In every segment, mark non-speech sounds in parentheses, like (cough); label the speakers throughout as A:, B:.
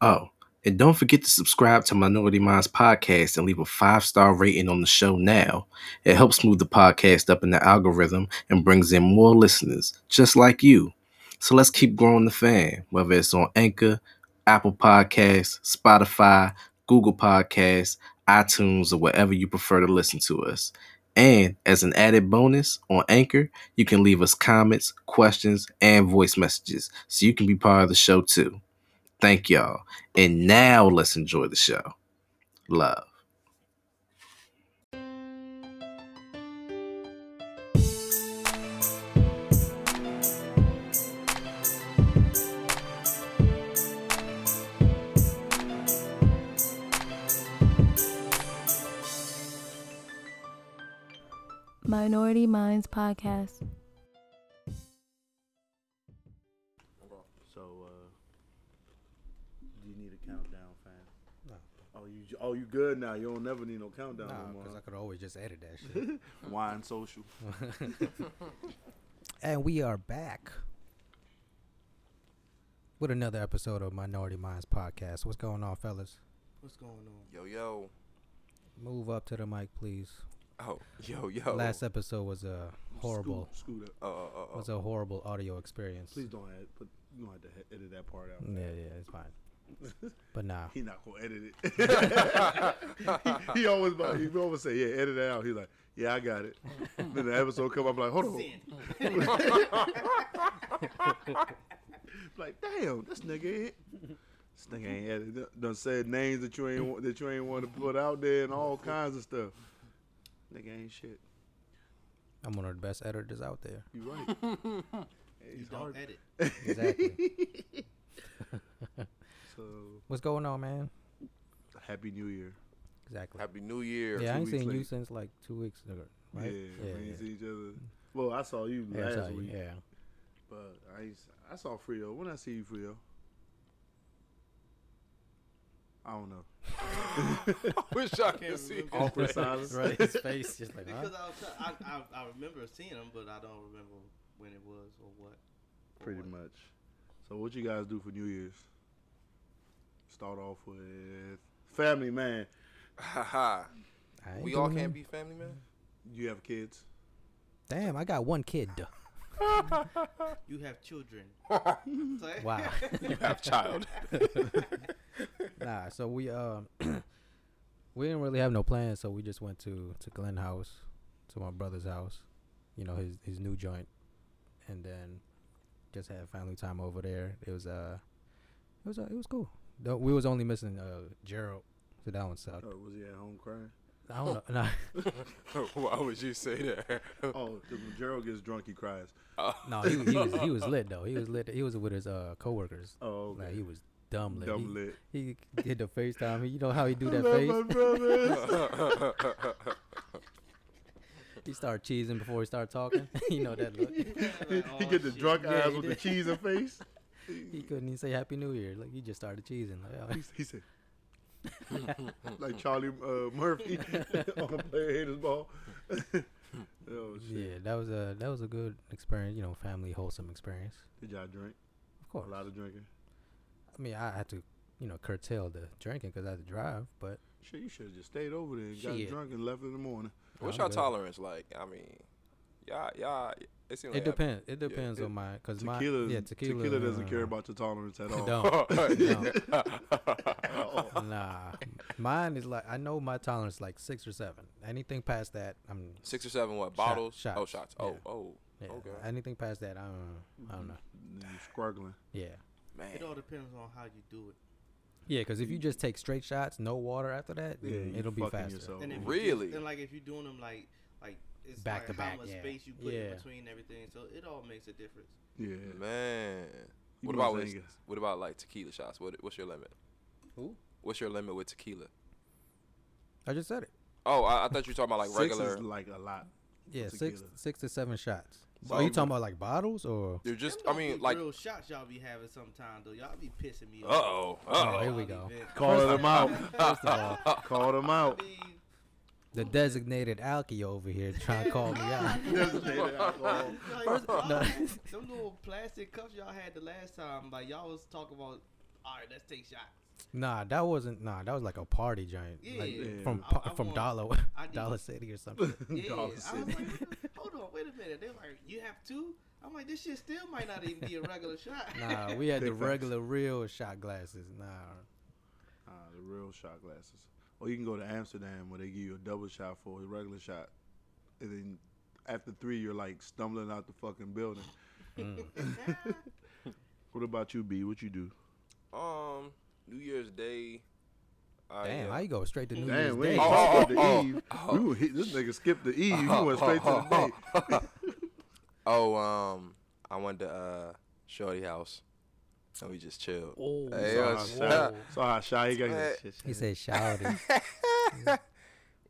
A: Oh, and don't forget to subscribe to Minority Minds Podcast and leave a five star rating on the show now. It helps move the podcast up in the algorithm and brings in more listeners, just like you. So let's keep growing the fan, whether it's on Anchor, Apple Podcasts, Spotify, Google Podcasts, iTunes, or wherever you prefer to listen to us. And as an added bonus on Anchor, you can leave us comments, questions, and voice messages so you can be part of the show too. Thank y'all. And now let's enjoy the show. Love.
B: Minority Minds Podcast.
C: So, uh, do you need a countdown, fam? No. Oh, you j- oh you good now? You don't never need no countdown
D: Nah,
C: no
D: because I
C: more.
D: could always just edit that shit.
C: huh? Wine social.
D: and we are back with another episode of Minority Minds Podcast. What's going on, fellas?
E: What's going on?
F: Yo yo.
D: Move up to the mic, please.
F: Oh, yo yo.
D: Last episode was a horrible,
C: Scoot, scoot up.
F: Uh, uh, uh, uh.
D: was a horrible audio experience.
C: Please don't add, put, you don't have to he- edit that part out.
D: Yeah, yeah, it's fine. but nah,
C: He not gonna edit it. (laughs) he, he always, about- he always say, yeah, edit that out. He's like, yeah, I got it. then the episode come, I'm like, hold on. (laughs) like, damn, this nigga, ain't- this nigga ain't edit. Done said names that you ain't wa- that you ain't want to put out there and all kinds of stuff. Nigga ain't shit.
D: I'm one of the best editors out there.
C: You
E: (laughs)
C: right.
E: You
C: It's
E: don't
C: hard.
E: e-, edit.
D: Exactly.
C: So
D: (laughs) What's going on, man?
C: happy New Year.
D: Exactly.
F: uh. Happy New Year.
D: yeah, I
C: two
D: ain't
C: weeks
D: seen you
C: late.
D: since like two weeks ago, right?
C: Yeah,
D: yeah,
C: we
D: yeah.
C: ain't see each other. Well, I saw you
D: Yeah, I
C: last
D: saw you,
C: week,
D: yeah.
C: but I ain't, s- I saw Frio. When I see you, Frio, I don't know.
F: Wish I could see.
C: Awkward silence.
D: (laughs) Right, his face just like, huh?
E: (laughs) Because I, was try- I, I I remember seeing him, but I don't remember when it was or what. or
C: Pretty
E: what.
C: much. So what you guys do for New Year's? Start off with family, man.
F: (laughs) Haha.
D: I ain't
F: we all
D: doing
F: can't
D: nothing.
F: be family, man.
E: (laughs)
C: You have kids.
D: Damn, I got one kid.
F: (laughs)
E: You have children. Sorry?
D: Wow.
F: You have child.
D: (laughs) nah, so we um (clears throat) we didn't really have no plans, so we just went to to Glenn house, to my brother's house, you know, his his new joint. And then just had family time over there. It was uh it was uh, it was cool. Though we was only missing uh Gerald, so that one sucked.
C: Oh, was he at home crying?
D: I don't
F: (laughs)
D: know. Nah,
F: (laughs) Why would you say
D: (laughs)
F: that?
C: Oh, 'cause when Gerald gets drunk, he cries.
D: no, he, was- he was he was lit though. He was lit. He was with his uh coworkers.
C: Oh, okay.
D: Like he was dumb lit.
C: Dumb
D: he,
C: lit.
D: he did the FaceTime. He- You know how he do
C: I (laughs)
D: that
C: love my
D: face?
C: brothers.
D: (laughs) He start cheesing before he
C: (laughs)
D: start talking. (laughs) you know that look.
C: (laughs) he
E: Like,
C: he
E: oh,
C: get the
E: shit.
C: drunk
D: Yeah,
C: eyes
D: he
C: with the
D: did.
C: cheese and
E: (laughs)
C: face.
D: He couldn't even say Happy New Year. Like he just started cheesing. Like, oh.
C: He, he said, (laughs) Oh, like Charlie uh,
D: (laughs)
C: Murphy (laughs) on player haters ball. (laughs) oh shit!
D: yeah, that was a that was a good experience. You know, family wholesome experience.
C: Did y'all drink?
D: Of
C: A
D: course.
C: lot of drinking.
D: I mean, I had to you know curtail the drinking because I had to drive. But
C: Shit, you should have just stayed over there and
D: Shit.
C: got drunk and left in the morning.
F: What's
D: I'm
F: your
D: good.
F: tolerance like? I mean, y'all, y'all. It seems like
D: it depends. It
F: yeah,
D: depends
C: it-
D: on my because my
C: Tequila,
D: yeah
C: tequila,
D: tequila
C: doesn't care
D: uh,
C: about your tolerance at all. (laughs)
D: Don't.
F: (laughs) depends.
C: At all.
D: (laughs) nah, mine is like I know my tolerance is like six or seven. Anything past that, I'm
F: Six or seven what? Bottles?
D: shots.
F: Oh, shots. Oh,
D: Yeah.
F: oh.
D: yeah, uh,
F: Okay.
D: anything past that, I don't, I
C: Mm-hmm.
D: don't know.
C: You squirgling.
D: Yeah,
F: Man.
E: (laughs)
D: (laughs)
E: It all depends on how you do it.
D: yeah, because if you just take straight shots, no water after that,
C: Yeah,
D: then
C: you
D: it'll be
C: fucking
D: faster.
C: yourself.
E: And if
F: Really?
E: You, and like if you're doing them like like it's
D: Back
E: like
D: to
E: how
D: back,
E: much
D: yeah.
E: space you put
D: Yeah.
E: in between everything, so it all makes a difference.
C: Yeah.
F: Man,
C: You
F: what
C: must
F: about with,
C: ain't guess.
F: what about like tequila shots? What what's your limit?
D: Who?
F: What's your limit with tequila?
D: I just said it.
F: Oh, I, I thought you were talking about like
C: Six
F: regular.
C: is like a lot.
D: Yeah, six
C: Tequila.
D: six to seven shots.
F: So
D: Are you
F: you-
D: talking about like bottles or?
F: They're just, I
E: Them don't
F: mean,
E: be
F: like,
E: real shots y'all be having sometime though. Y'all be pissing me
F: uh
E: off.
F: oh,
D: Oh,
F: uh
D: here
F: oh.
D: we
E: Y'all
D: go.
E: be vent-
C: Call them out. (laughs)
D: First of all,
C: Call them
E: I (laughs)
C: out. (laughs)
E: mean,
D: the designated alky over here trying to call me out.
E: (laughs) Like,
D: No.
C: (laughs)
D: (laughs)
E: y'all- them little plastic cups y'all had the last time, like y'all was talking about all right, let's take shots.
D: Nah, that wasn't. Nah, that was like a party joint. like,
E: Yeah.
D: From
E: I-
D: pa-
E: I
D: from
E: want-
D: Dollar
E: I
D: (laughs)
E: need-
D: Dollar City or something.
E: Yeah, I
C: Dollar
E: was
C: City.
E: like, hold on, wait a minute. They're like, you have two. I'm like, this shit still might not even be a regular shot.
D: (laughs) nah, we had the
C: Big facts.
D: regular real shot glasses. Nah,
C: Ah, the real shot glasses. Or you can go to Amsterdam where they give you a double shot for a regular shot, and then after three, you're like stumbling out the fucking
E: (laughs)
C: building. what about you, B? What you do?
F: Um, New Year's Day. I,
D: damn,
F: uh,
D: how you go straight to New
C: Oh, Damn, we
D: Year's
C: ain't
D: Day?
C: talking
F: Oh, (laughs) oh, Uh-huh,
C: about the Eve. We were hit, this nigga skipped the Eve. He went straight
F: (laughs)
C: to the day. (laughs)
F: Oh, um, I went to uh Shorty house, and we just chilled.
D: Oh,
F: Hey,
C: Saw
F: yo,
C: how
F: sh-
C: shy- saw how shy he got.
F: Man.
C: Shit, shit.
D: he said shouting.
F: (laughs)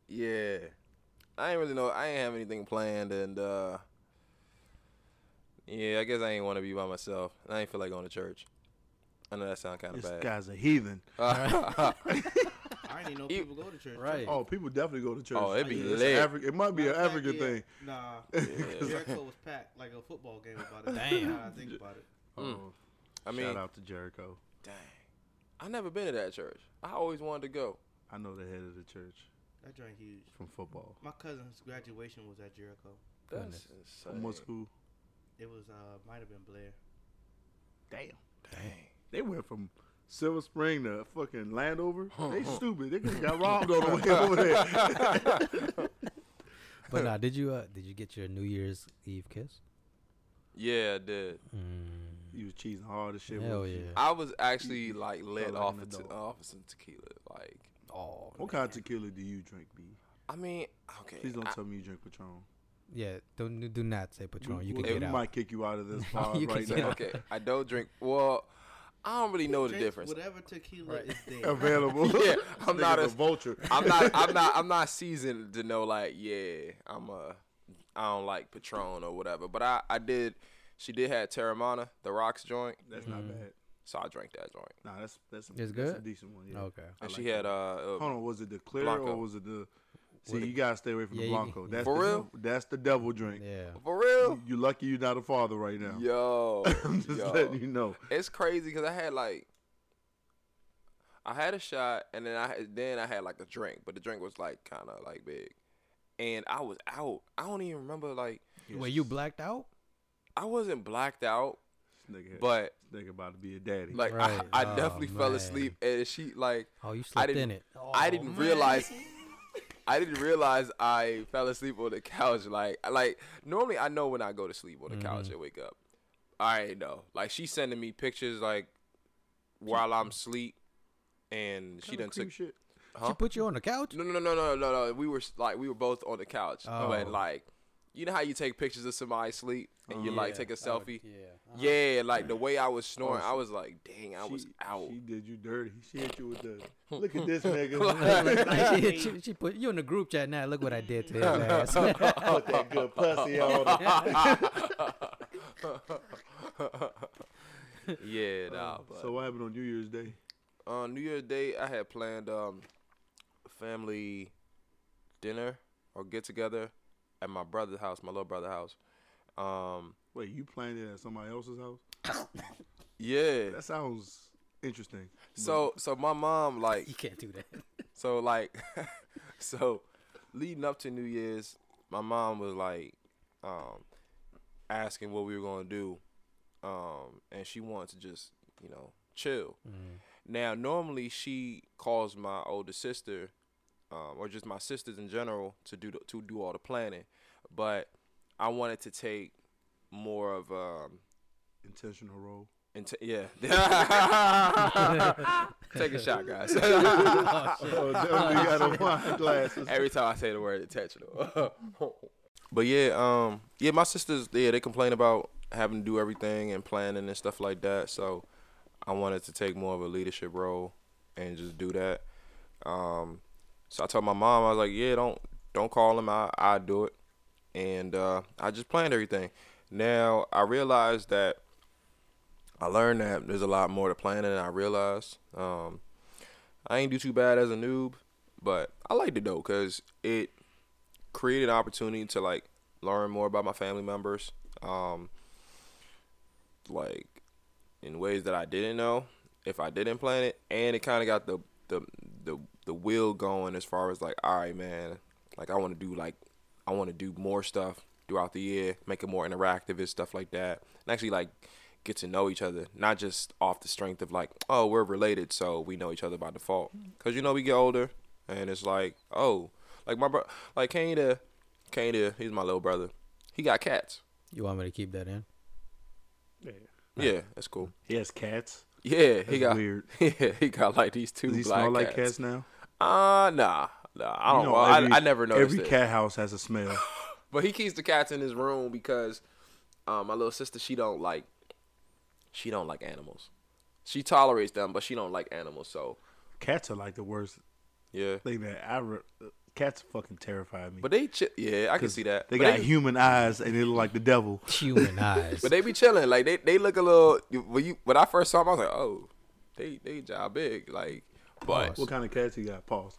F: yeah, I ain't really know. I ain't have anything planned, and uh, yeah, I guess I ain't want to be by myself. and I ain't feel like going to church. I know that sound kind of
C: This
F: bad.
C: guy's a (laughs) heathen.
E: (laughs) I didn't know people go to church.
D: right.
C: Oh, people definitely go to church.
F: Oh, it be
C: It's
F: lit.
C: Afri- it might be an
E: Matter of fact,
C: African
E: yeah,
C: thing. (laughs)
E: Nah,
C: 'Cause I-
E: Jericho was packed like a football game about it. Damn, I think about it.
C: Oh,
F: (laughs) I mean,
C: shout out to Jericho.
F: dang, I never been to that church. I always wanted to go.
C: I know the head of the church
E: That drank huge.
C: from football.
E: My cousin's graduation was at Jericho.
F: That's
C: From what
F: insane.
C: school?
E: It was uh might have been Blair.
C: Damn.
F: Dang.
C: They went from Silver Spring to fucking Landover. They stupid. They could
F: (laughs)
C: got robbed on the way over there. (laughs)
D: but nah, did you uh, did you get your New Year's Eve kiss?
F: Yeah, I did.
D: Mm,
C: You was cheesing hard as shit.
D: hell
C: wasn't
D: yeah.
C: you?
F: I was actually like lit
C: like
F: off
C: an
F: of, te-
C: adult.
F: off of some tequila. Like,
D: Oh,
C: What kind of tequila do you drink, B?
F: I mean, okay.
C: Please don't
F: I-
C: tell me you drink Patron.
D: yeah. Don't do not say Patron. You can
C: we,
D: get
C: we
D: out.
C: might kick you out of this
D: (laughs) You
C: pod
D: can
C: right
F: (laughs)
D: get
C: now.
D: out.
F: okay, I don't drink. Well, I don't really know the
E: Drink
F: difference.
E: Whatever tequila
D: Right.
E: is
C: (laughs)
E: there.
C: Available.
F: (laughs) Yeah, I'm
C: This
F: not
C: nigga's
F: a-
C: vulture.
F: I'm not. I'm not. I'm not seasoned to know. Like, yeah, I'm a. I don't like Patron or whatever. But I, I did. She did have Terramana, the Rocks joint,
C: That's not bad.
F: so I drank that joint.
C: Nah, that's that's a,
D: Mm. It's
C: that's a
D: good?
C: decent one. Yeah.
D: Okay.
F: And she had uh, uh
C: Hold on, was it the clear
F: Blanco.
C: or was it the? See, you gotta stay away from
D: Yeah,
C: the
D: you-
C: Blanco. That's
F: For
C: the,
F: real?
C: That's the devil drink.
D: Yeah.
F: for real.
C: You lucky you're not a father right now.
F: Yo,
C: (laughs) I'm just
F: yo.
C: letting you know.
F: It's crazy because I had like, I had a shot and then I had- then I had like a drink, but the drink was like kind of like big, and I was out. I don't even remember like
D: Wait, you blacked out?
F: I wasn't blacked out,
C: This nigga,
F: but
C: this nigga about to be a daddy.
F: like
D: Right.
F: (laughs) I, I
D: Oh,
F: definitely fell
D: man.
F: asleep and she like
D: Oh, you
F: I
D: slept
F: didn't
D: in it. Oh.
F: I didn't realize. I didn't realize I fell asleep on the couch. Like, like normally I know when I go to sleep on the couch and wake up. I already know. Like she's sending me pictures like while I'm asleep, and she
C: Kinda
F: done
C: creep
F: took.
C: shit.
D: She put you on the couch?
F: No, no, no, no, no, no, no. We were s- like we were both on the couch, but
D: Oh.
F: like you know how you take pictures of somebody asleep and you like take a selfie.
D: yeah.
F: (laughs) Yeah, like the way I was snoring, I was like, dang, I was
C: She-
F: out.
C: She did you dirty. She hit you with
F: (laughs)
C: the look at this nigga. (laughs)
D: (laughs) she, she put you in the group chat now. Look what I
F: (laughs)
D: did to his ass.
C: Put that good pussy on. her.
F: yeah, nah. But.
C: Um, So what happened on New Year's Day?
F: uh, New Year's Day, I had planned um family dinner or get together at my brother's house, my little brother's house. Um,
C: Wait, you planned it at somebody else's house?
F: yeah.
C: That sounds interesting.
F: So so my mom
D: (laughs) (laughs)
F: like
D: you can't do that.
F: so like (laughs) so leading up to New Year's, my mom was like um asking what we were gonna do. Um and she wanted to just, you know, chill. Now normally she calls my older sister, um, or just my sisters in general to do the, to do all the planning. But I wanted to take more of um
C: Intentional role.
F: int- yeah. (laughs) take a shot, guys.
C: (laughs) Oh, definitely
F: (laughs)
C: got a wine glasses.
F: Every time I say the word intentional. (laughs) but yeah, um, yeah, my sisters, yeah, they complain about having to do everything and planning and stuff like that. So I wanted to take more of a leadership role and just do that. Um, so I told my mom, I was like, yeah, don't don't call him. I I do it, and uh, I just planned everything. Now I realized that I learned that there's a lot more to planning than I realized. Um, I ain't do too bad as a noob, but I liked it though because it created an opportunity to like learn more about my family members, um, like in ways that I didn't know. if I didn't plan it, and it kind of got the the the the will going as far as like, all right, man, like I want to do like I want to do more stuff throughout the year, make it more interactive and stuff like that, and actually like get to know each other, not just off the strength of like, oh, we're related, so we know each other by default, because you know we get older, and it's like, oh, like my bro, like Kane, Kane, he's my little brother, he got cats.
D: You want me to keep that in?
C: Yeah.
F: Yeah, that's cool.
C: He has cats.
F: Yeah, he
C: That's
F: got
C: weird.
F: (laughs) yeah, he got like these two
C: Does he
F: black
C: smell like
F: cats.
C: cats now?
F: Uh nah. Nah, I don't
C: You
F: know.
C: know,
F: Oh, I,
C: every-
F: I never noticed
C: Every
F: it.
C: cat house has a smell.
F: But he keeps the cats in his room because um, my little sister she don't like she don't like animals. She tolerates them, but she don't like animals. So
C: cats are like the worst
F: yeah,
C: thing that I. Re- cats fucking terrify me.
F: but they chi- yeah, I can
C: 'Cause
F: see that.
C: They
F: But
C: got human eyes and they look like the devil.
D: Human eyes.
F: But they be chilling. Like they, they look a little. When you when I first saw them, I was like, oh, they they job big. Like, but
C: What kind of cats he got? Pause.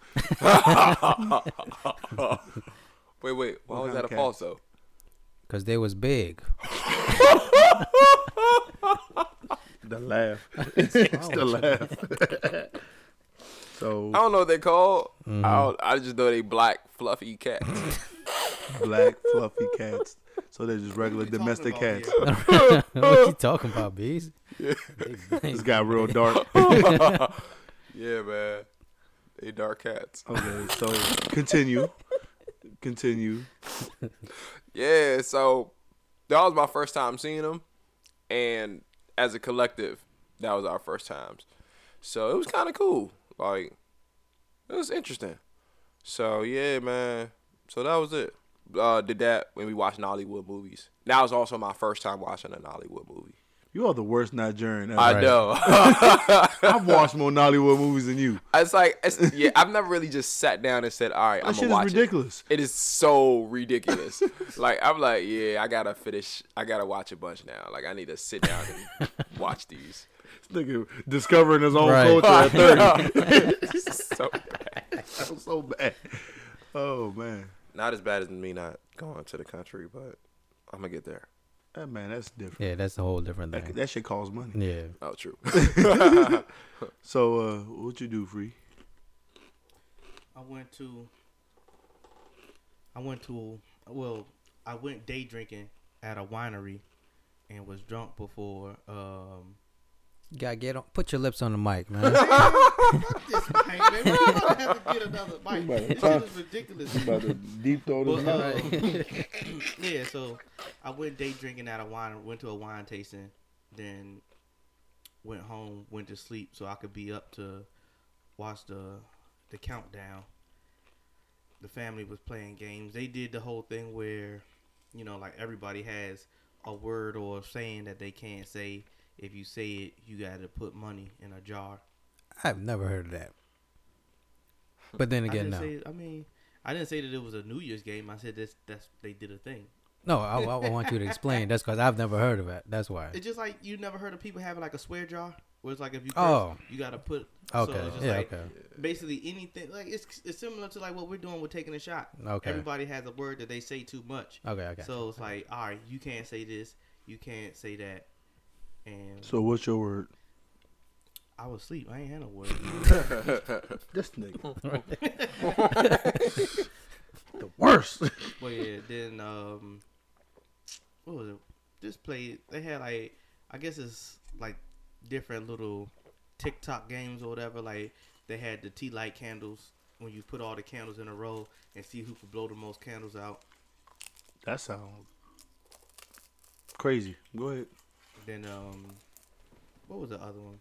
F: wait wait, why
C: What
F: was
C: kind
F: that a
C: of cat?
F: false though?
D: Cause they was
F: (laughs)
D: big.
C: The (laughs) laugh.
D: What's
C: The
D: wrong with you?
C: laugh. (laughs) so
F: I don't know what they call. I don't, I just know they black fluffy cats. (laughs)
C: black fluffy cats. So they're just regular
E: What we talking
C: domestic
E: about here?
C: cats.
D: what you talking about, bees?
C: This got real
F: (laughs)
C: dark.
F: yeah, man. They dark cats.
C: Okay, so continue. Continue.
F: Yeah, so that was my first time seeing them, and as a collective, that was our first times. So it was kind of cool. Like it was interesting. So yeah, man. So that was it. Uh, did that when we watched Nollywood movies. That was also my first time watching a Nollywood movie.
C: You are the worst Nigerian ever.
F: I
D: Right.
F: know.
C: I've watched more Nollywood movies than you.
F: it's like
C: (laughs)
F: it's, yeah. I've never really just sat down and said, "All right, I'm
C: That
F: gonna
C: shit
F: watch
C: is
F: it."
C: ridiculous.
F: It is
C: (laughs)
F: so ridiculous. like I'm like, yeah, I gotta finish. I gotta watch a bunch now. Like I need to sit down and
C: (laughs)
F: watch these.
C: This nigga discovering his own
D: Right.
C: culture at
F: (laughs)
C: 30. (laughs)
F: so bad.
C: that was so bad. Oh, man.
F: Not as bad as me not going to the country, but I'm gonna get there.
C: That man, that's different.
D: (laughs) Yeah, that's a whole different
C: That,
D: thing.
C: that shit costs money.
D: Yeah.
F: Oh,
C: (laughs)
F: true.
C: So, uh, what you do, Free?
E: I went to. I went to. Well, I went day drinking at a winery, and was drunk before. (laughs) Um,
D: You gotta get on. Put your lips on the mic, man.
E: this mic, man. We're gonna have to get another mic. This shit is ridiculous.
C: deep throat
E: But, uh, (laughs) yeah, so I went day drinking at a wine, went to a wine tasting, then went home, went to sleep so I could be up to watch the the countdown. The family was playing games. They did the whole thing where, you know, like everybody has a word or a saying that they can't say. If you say it, you got to put money in a jar.
D: I've never heard of
E: (laughs)
D: that. But then
E: I
D: again,
E: didn't
D: no.
E: say. I mean, I didn't say that it was a New Year's game. I said that's that's they did a thing.
D: No, I, I want you to explain. That's because I've never heard of it. That's why.
E: It's just like you never heard of people having like a swear jar, where it's like if you curse,
D: Oh.
E: you gotta put.
D: Okay.
E: So it's just
D: yeah.
E: like
D: okay.
E: Basically anything like it's it's similar to like what we're doing with taking a shot.
D: Okay.
E: Everybody has a word that they say too much.
D: Okay. Okay.
E: So it's like all right, you can't say this, you can't say that, and
C: so, what's your word?
E: I was asleep. I ain't had no word.
C: This nigga. the worst.
E: but yeah, then um, what was it? This play they had like I guess it's like different little TikTok games or whatever. Like they had the tea light candles when you put all the candles in a row and see who could blow the most candles out.
C: That sounds crazy. Go ahead.
E: Then um, what was the other one?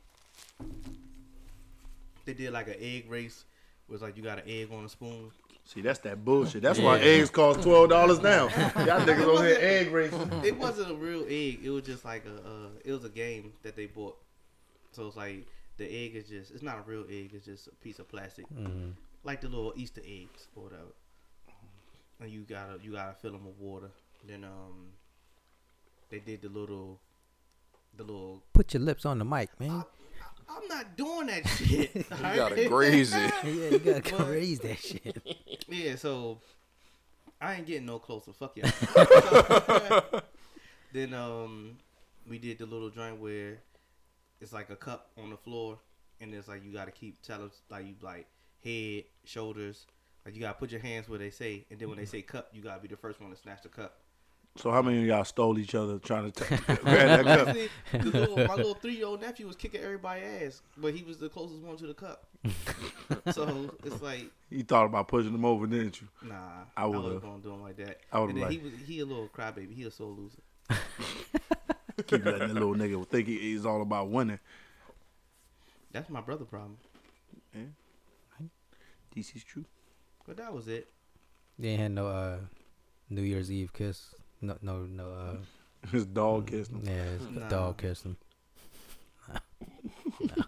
E: They did like an egg race. It was like you got an egg on a spoon.
C: See, that's that bullshit. That's why eggs cost twelve dollars
F: (laughs)
C: now. Y'all (laughs) niggas over here egg racing.
E: it wasn't a real egg. It was just like a uh, it was a game that they bought. So it's like the egg is just it's not a real egg. It's just a piece of plastic,
C: Mm-hmm.
E: like the little Easter eggs or whatever. And you gotta you gotta fill them with water. Then um, they did the little the little.
D: Put your lips on the mic,
E: (laughs)
D: man.
E: I'm not doing that shit. you
F: You gotta
E: (laughs)
F: graze it.
D: yeah, you gotta raise that shit.
E: Yeah, so I ain't getting no closer. Fuck y'all. then um, we did the little joint where it's like a cup on the floor, and it's like you gotta keep telling like you like head, shoulders, like you gotta put your hands where they say, and then when they say cup, you gotta be the first one to snatch the cup.
C: So how many of y'all stole each other trying to
D: (laughs)
C: t- grab that cup?
E: Honestly, the little, my little three year old nephew was kicking everybody's ass, but he was the closest one to the cup. so it's like,
C: You thought about pushing them over, didn't you?
E: nah,
C: I
E: I,
C: would've-
E: wasn't gonna do him like that.
C: I would've
E: and then he
C: like-
E: was he a little crybaby. He a soul loser.
C: Keep letting that little nigga think he, he's all about winning.
E: That's my brother problem.
C: This is true.
E: But that was it.
D: They ain't had no uh, New Year's Eve kiss. No, no, no. Uh,
C: His dog kissed him.
D: yeah, it's a
E: Nah.
D: dog kissing.
E: I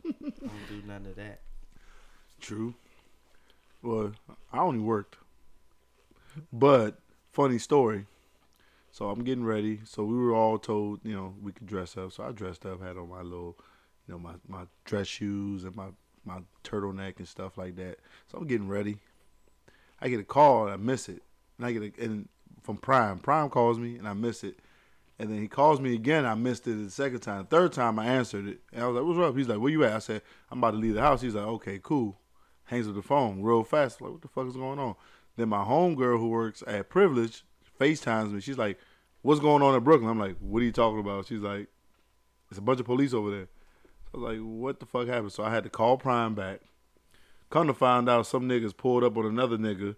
E: don't do none of that.
C: True. Well, I only worked. But funny story. So I'm getting ready. So we were all told, you know, we could dress up. So I dressed up, had on my little, you know, my, my dress shoes and my, my turtleneck and stuff like that. So I'm getting ready. I get a call and I miss it. And I get a, and from Prime. Prime calls me and I miss it. And then he calls me again. I missed it the second time. Third time I answered it. And I was like, what's up? He's like, where you at? I said, I'm about to leave the house. He's like, okay, cool. Hangs up the phone real fast. Like, what the fuck is going on? Then my homegirl who works at Privilege FaceTimes me. She's like, what's going on in Brooklyn? I'm like, what are you talking about? She's like, it's a bunch of police over there. I was like, what the fuck happened? So I had to call Prime back. Come to find out, some niggas pulled up on another nigga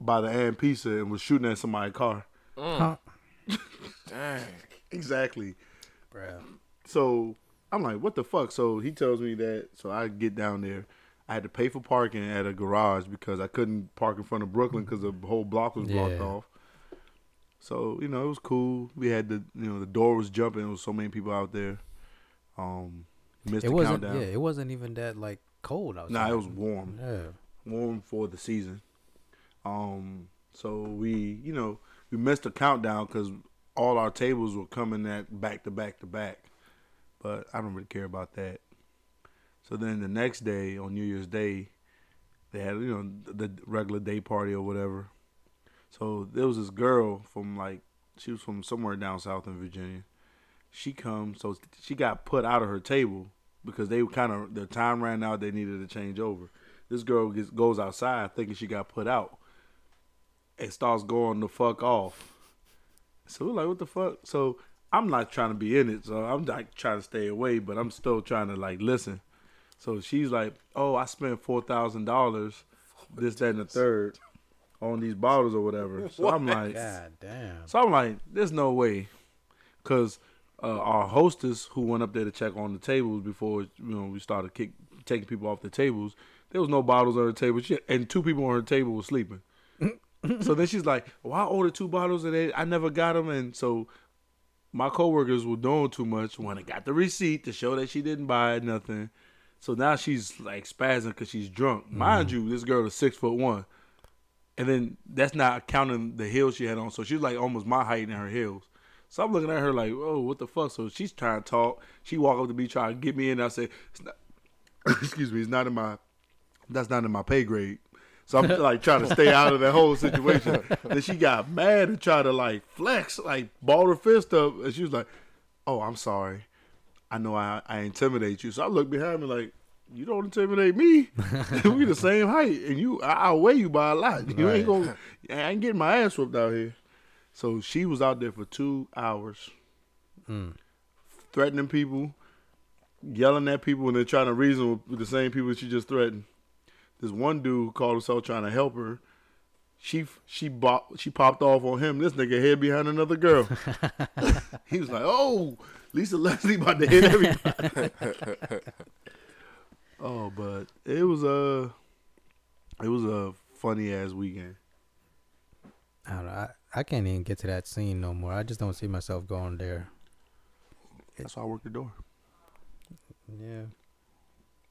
C: by the hand pizza and was shooting at somebody's car.
D: Huh.
C: (laughs)
F: Dang.
C: Exactly.
D: Bruh.
C: So I'm like, what the fuck? So he tells me that. So I get down there. I had to pay for parking at a garage because I couldn't park in front of Brooklyn because the whole block was blocked
D: Yeah.
C: off. So you know it was cool. We had the you know the door was jumping. There was so many people out there. Um, missed
D: It
C: the
D: wasn't.
C: countdown.
D: Yeah, it wasn't even that like cold outside.
C: nah, it was warm
D: Yeah.
C: warm for the season. Um, so we, you know, we missed the countdown because all our tables were coming at back to back to back. But I don't really care about that. So then the next day on New Year's Day, they had you know the the regular day party or whatever. So there was this girl from like she was from somewhere down south in Virginia. She come so she got put out of her table because they kind of their time ran out. They needed to change over. This girl gets, goes outside thinking she got put out and starts going the fuck off. So we're like, what the fuck? So I'm not trying to be in it. So I'm like trying to stay away, but I'm still trying to like listen. So she's like, oh, I spent four thousand dollars, this, that, and the third on these bottles or whatever. So I'm like,
D: God damn.
C: so I'm like, there's no way, because uh, our hostess who went up there to check on the tables before you know we started kick, taking people off the tables, there was no bottles on the table, she, and two people on her table were sleeping. so then she's like, "Well, I ordered two bottles and they, I never got them," and so my coworkers were doing too much when I got the receipt to show that she didn't buy nothing. So now she's like spazzing because she's drunk. Mind you, this girl is six foot one. And then that's not counting the heels she had on. So she's like almost my height in her heels. So I'm looking at her like, oh, what the fuck? So she's trying to talk. She walk up to me trying to get me in. I said, it's not, (coughs) excuse me, it's not in my, that's not in my pay grade. So I'm like trying to stay out of that whole situation. then she got mad and tried to like flex, like ball her fist up. And she was like, oh, I'm sorry. I know I, I intimidate you. So I look behind me like, you don't intimidate me. (laughs) we the same height, and you I outweigh you by a lot. You ain't gonna. I ain't getting my ass whooped out here. So she was out there for two hours, threatening people, yelling at people, and then trying to reason with the same people she just threatened. This one dude who called himself trying to help her. She she bought, she popped off on him. This nigga head behind another
D: (laughs)
C: girl. he was like, "Oh, Lisa Leslie about to hit everybody."
D: (laughs)
C: oh, but it was a it was a funny ass weekend.
D: I don't know. I, I can't even get to that scene no more. I just don't see myself going there.
C: That's why I worked the door.
D: Yeah.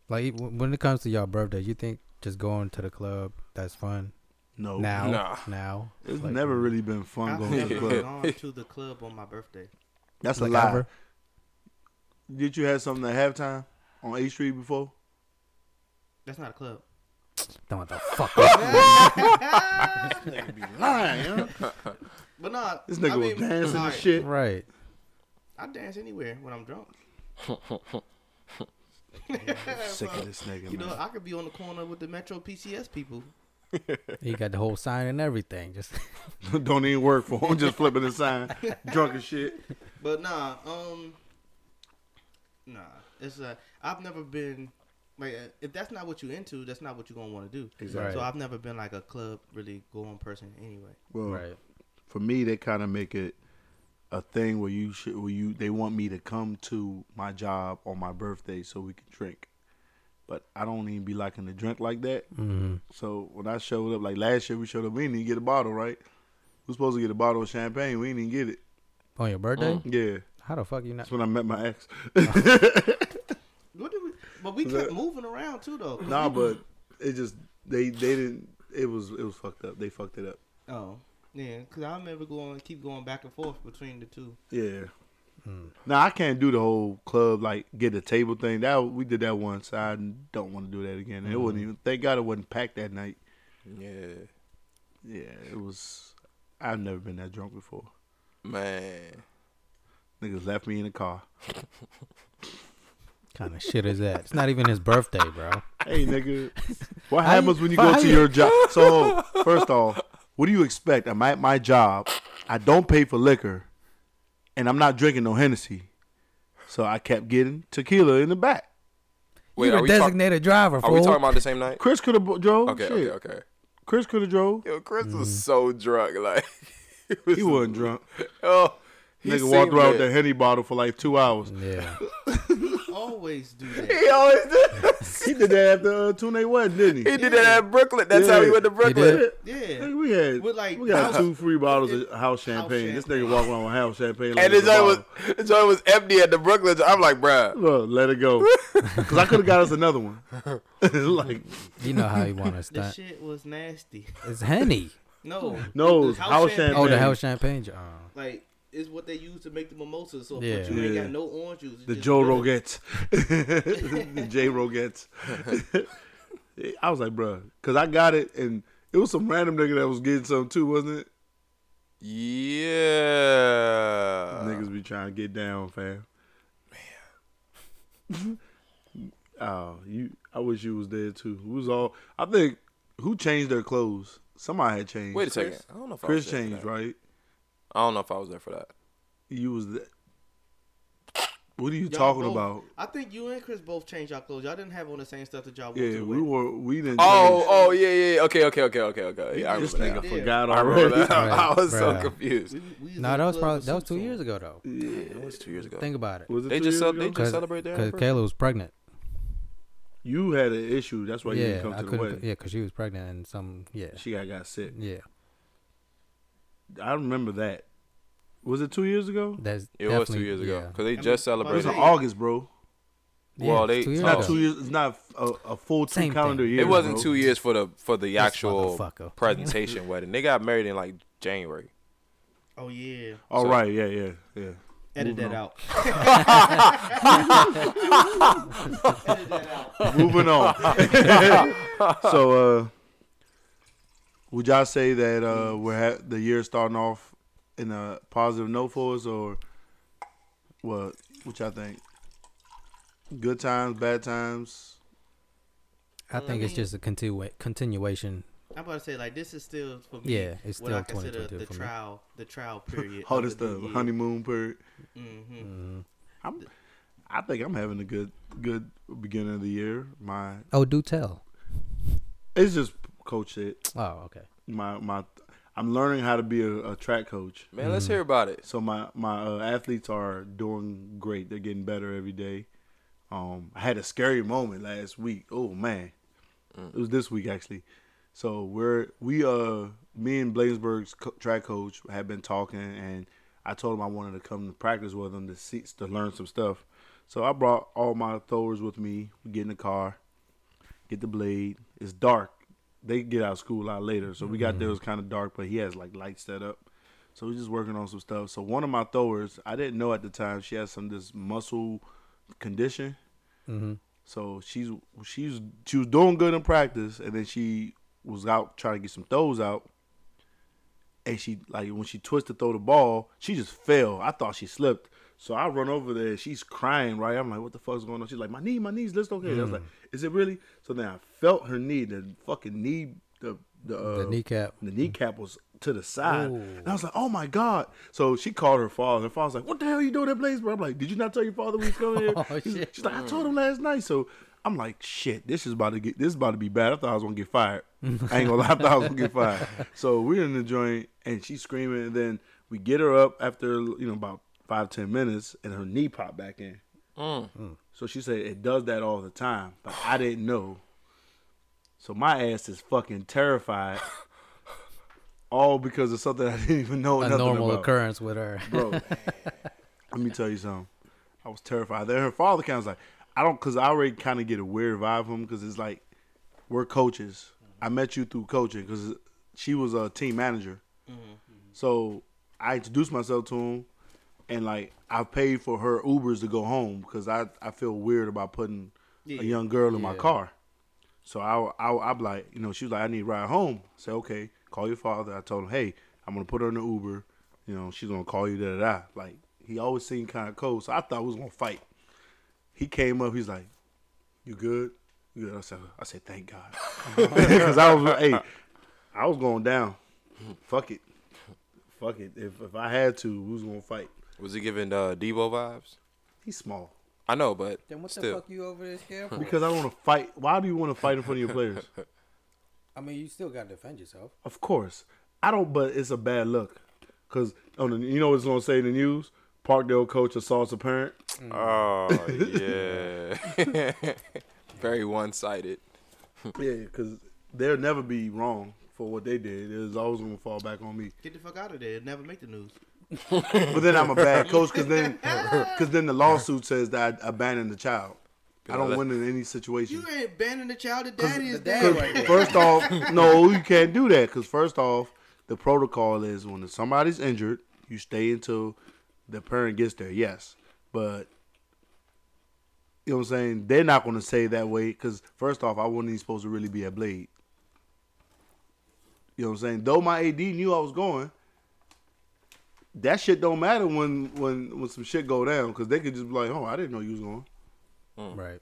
D: Like e- when when it comes to y'all birthdays, you think just going to the club that's fun
C: No,
D: now?
F: Nah.
D: Now
C: it's
D: Like,
C: never really been fun
E: I've
C: going to
E: never
C: the club.
D: (laughs)
E: gone to the club on my birthday.
C: That's a
D: like
C: lie.
D: ever?
C: Did you have something at halftime on A Street before?
E: That's not a club.
D: Don't want the fuck. up.
C: Lying. Huh?
E: But nah,
C: This nigga
E: I
C: was
E: mean,
C: dancing (laughs) and
E: all right,
C: shit.
D: right.
E: I dance anywhere when I'm drunk.
C: Sick of this nigga,
E: You know,
C: man.
E: I could be on the corner with the Metro PCS people.
D: He got the whole sign and everything. Just
C: (laughs)
D: (laughs)
C: Don't even work for him. Just flipping the
E: (laughs)
C: sign, drunk as shit.
E: But nah, um, nah. It's uh, I've never been like uh, if that's not what you into, that's not what you're gonna want to do.
D: Exactly.
E: So I've never been like a club really going person anyway.
C: Well,
D: right.
C: for me, they kind of make it a thing where you should, where you they want me to come to my job on my birthday so we can drink. But I don't even be liking to drink like that.
D: Mm-hmm.
C: So when I showed up, like last year, we showed up. We didn't even get a bottle, right? We are supposed to get a bottle of champagne. We didn't even get it.
D: On your birthday?
C: Yeah,
D: How the fuck you not?
C: that's when I met my (laughs) ex.
E: What did we? But we kept moving around too, though. 'cause
C: nah,
E: we-
C: but it just they they didn't. It was it was fucked up. They fucked it up.
E: Oh, yeah. Because I remember going, keep going back and forth between the two.
C: Yeah. Now I can't do the whole club like get a table thing. That we did that once. I don't want to do that again. And It wasn't even. Thank God it wasn't packed that night.
F: Yeah,
C: Yeah, it was. I've never been that drunk before.
F: man.
C: Niggas left me in the car.
D: kind of shit is that? It's not even his birthday, bro.
C: Hey, nigga, what
D: How you-
C: happens when you go
D: how
C: to
D: you-
C: your job? So first off, what do you expect? I'm at my job. I don't pay for liquor, and I'm not drinking no Hennessy. So I kept getting tequila in the back.
F: Wait,
D: you
F: are
D: the
F: we, talk-
D: designated driver,
F: are we
D: fool.
F: talking about the same night?
C: Chris could have drove.
F: Okay,
C: Shit.
F: okay, okay.
C: Chris could have drove.
F: Yo, Chris was so drunk, like (laughs) was-
C: He wasn't drunk.
F: Oh, he
C: Nigga
F: seemed
C: walked around with
F: it.
C: that henny bottle for like two hours.
D: yeah.
E: Always do (laughs) that.
F: (laughs) He always did.
C: He did that after uh, Tune Wedding, didn't he?
F: He did that at Brooklyn. That's how he
C: Yeah.
F: went to
D: He
F: Brooklyn.
D: did?
E: Yeah.
C: Nigga, we had
E: With, like,
C: we got
E: house-
C: two free bottles of house champagne. This nigga
E: champagne.
C: walked around with house champagne. Like
F: And
C: it
F: the
C: was a
F: joint was
C: bottle.
F: (laughs) the joint was empty at the Brooklyn. joint. I'm like, bruh.
C: Look, let it go. Cause I could have got us another one. (laughs) like
D: You know how he want to
E: The
D: stunt.
E: shit was (laughs) nasty.
D: It's Henny.
E: No.
C: No,
E: the
C: house
D: Oh, the
C: Man.
D: hell champagne. jo- Oh.
E: Like, is what they use to make the mimosas. So,
D: Yeah.
E: yeah. you ain't
C: Yeah.
E: got no orange juice. it's
C: the
E: just
C: Joe
E: bitter.
C: Rogettes, (laughs) the J Rogettes. (laughs) I was like, bruh, cause I got it, and it was some random nigga that was getting something too, wasn't it?
F: Yeah.
C: Niggas be trying to get down, fam. Man. (laughs) oh, you I wish you was there too. Who was all I think who changed their clothes? Somebody had changed.
F: Wait a second. I don't know if I was
C: Chris
F: there for
C: changed,
F: that.
C: right?
F: I don't know if I was there for that.
C: You was the What are you
E: Y'all
C: talking
E: both-
C: about?
E: I think you and Chris both changed y'all clothes. Y'all didn't have on the same stuff that y'all wore.
C: Yeah, we were we didn't
F: Oh, oh, yeah, yeah, yeah. Okay, okay, okay, okay, okay. Yeah, I
C: this nigga (laughs)
F: remember that.
E: Yeah.
C: forgot
F: I remember
C: already.
F: that. (laughs) I
D: Right,
F: was so
D: bruh.
F: confused.
D: No, that was probably that was two years ago though.
F: It was two years ago.
D: Think about
C: (laughs)
D: it.
C: Was it
F: They
C: two
F: just
C: years
F: cel- they
C: ago?
F: just-
D: Cause,
F: celebrate their
D: 'cause
F: anniversary?
D: Kayla was pregnant.
C: you had an issue, that's why you
D: yeah,
C: didn't come
D: I
C: to the
D: couldn't.
C: wedding.
D: Yeah, cause she was pregnant and some. Yeah,
C: She got got sick.
D: yeah.
C: I remember that. Was it two years ago?
D: That's
F: It was two
D: definitely-
F: years ago
D: yeah.
F: because they
E: mean,
F: just
E: why
C: It was
F: celebrated.
C: in
E: Right.
C: August, bro.
D: Yeah,
F: Well,
D: it's
F: they-
D: two years
C: It's
F: No.
C: not
D: ago.
C: two years. It's not a, a full two
D: Same thing.
C: calendar year.
F: Oh. it wasn't
C: bro.
F: two years for the for the actual
D: motherfucker.
F: presentation wedding. They got married in like January.
E: Oh yeah.
C: All
F: So-
C: right, yeah, yeah, yeah.
E: Edit that out. Edit that out.
C: Moving on. (laughs) so, uh, would y'all say that uh, we're ha- the year starting off in a positive note for us, or what? What y'all think? Good times, bad times.
D: I think it's just a continua- continuation.
E: I'm about to say like this is still for me.
D: Yeah, it's
E: what
D: still
E: I consider
D: 2022
E: the
D: for me.
E: trial, the
C: (laughs)
E: trial period.
C: All this stuff, honeymoon period.
D: Mm.
E: Mm-hmm.
C: I'm, I think I'm having a good, good beginning of the year. My
D: Oh, do tell.
C: it's just coach shit.
D: Oh, okay.
C: my my I'm learning how to be a, a track coach.
F: Man, let's hear about it.
C: So my my uh, athletes are doing great. They're getting better every day. Um, I had a scary moment last week. Oh man, it was this week actually. So we're we uh me and Blainsburg's co- track coach had been talking, and I told him I wanted to come to practice with him to see to learn some stuff. So I brought all my throwers with me. We get in the car, get the blade. It's dark. They get out of school a lot later, so we got there it was kind of dark, but he has like lights set up. So we're just working on some stuff. So one of my throwers, I didn't know at the time, she has some this muscle condition.
D: Mm-hmm.
C: So she's she's she was doing good in practice, and then she was out trying to get some throws out. And she like when she twisted to throw the ball, she just fell. I thought she slipped, So I run over there. She's crying, right? I'm like, what the fuck's going on? She's like, my knee, my knee's list okay. I
D: Hmm.
C: was like, is it really? So then I felt her knee, the fucking knee, the the, uh,
D: The kneecap.
C: the kneecap was to the side. And I was like, oh my God. So she called her father. Her father's like, what the hell you doing at Blaze, bro? I'm like, did you not tell your father we was coming here?
D: (laughs) Oh,
C: He's-
D: shit.
C: She's like, I told him last night. So I'm like, shit, this is about to get this is about to be bad. I thought I was gonna get fired. I ain't gonna lie, I thought I was gonna get
D: (laughs)
C: fired. So we're in the joint and she's screaming, and then we get her up after you know about five, ten minutes, and her knee popped back in. So she said it does that all the time, but I didn't know. So my ass is fucking
D: (laughs)
C: terrified. All because of something I didn't even know
D: A
C: nothing
D: normal
C: about.
D: occurrence with her.
E: (laughs)
C: Bro, let me tell you something. I was terrified. Then her father kind of was like, I don't, because I already kind of get a weird vibe from him because it's like, we're coaches. I met you through coaching because she was a team manager.
E: Mm-hmm.
C: So I introduced myself to him and like I paid for her Ubers to go home because I, I feel weird about putting
E: Yeah.
C: a young girl in my car. So I, I, I'm like, you know, she was like, I need a ride home. I said, okay, call your father. I told him, hey, I'm going to put her in the Uber. You know, she's going to call you, da da da. Like, he always seemed kind of cold. So I thought we was going to fight. He came up, he's like, you good? You good? I said, I said, thank God. (laughs) Because I was, like, hey, I was going down. Fuck it. Fuck it. If, if I had to, we was going to fight.
F: Was he giving uh, Debo vibes?
C: He's small.
F: I know, but
D: Then what the
F: still.
D: fuck you over there scared
F: (laughs)
D: for?
C: Because I don't want to fight. Why do you want to fight in front of your players?
D: I mean, you still gotta defend yourself.
C: Of course. I don't, but it's a bad look. Because, on the, you know what's going to say in the news? Parkdale coach assaults a parent.
F: Oh yeah, (laughs) very one-sided.
C: Yeah, because they'll never be wrong for what they did. It's always going to fall back on me.
E: Get the fuck out of there. It'll never make the news.
C: But then I'm a (laughs) bad coach because then, cause then the lawsuit says that I abandoned the child. I don't win in any situation.
E: You ain't banning the child. Mm. The daddy is
D: dad-
E: dad.
C: First off, no, you can't do that because first off, the protocol is when somebody's injured, you stay until the parent gets there. Yes, but you know what I'm saying. They're not going to say it that way because first off, I wasn't even supposed to really be at Blade. You know what I'm saying. Though my AD knew I was going, that shit don't matter when when when some shit go down because they could just be like, "Oh, I didn't know you was going,"
F: Mm.
D: Right.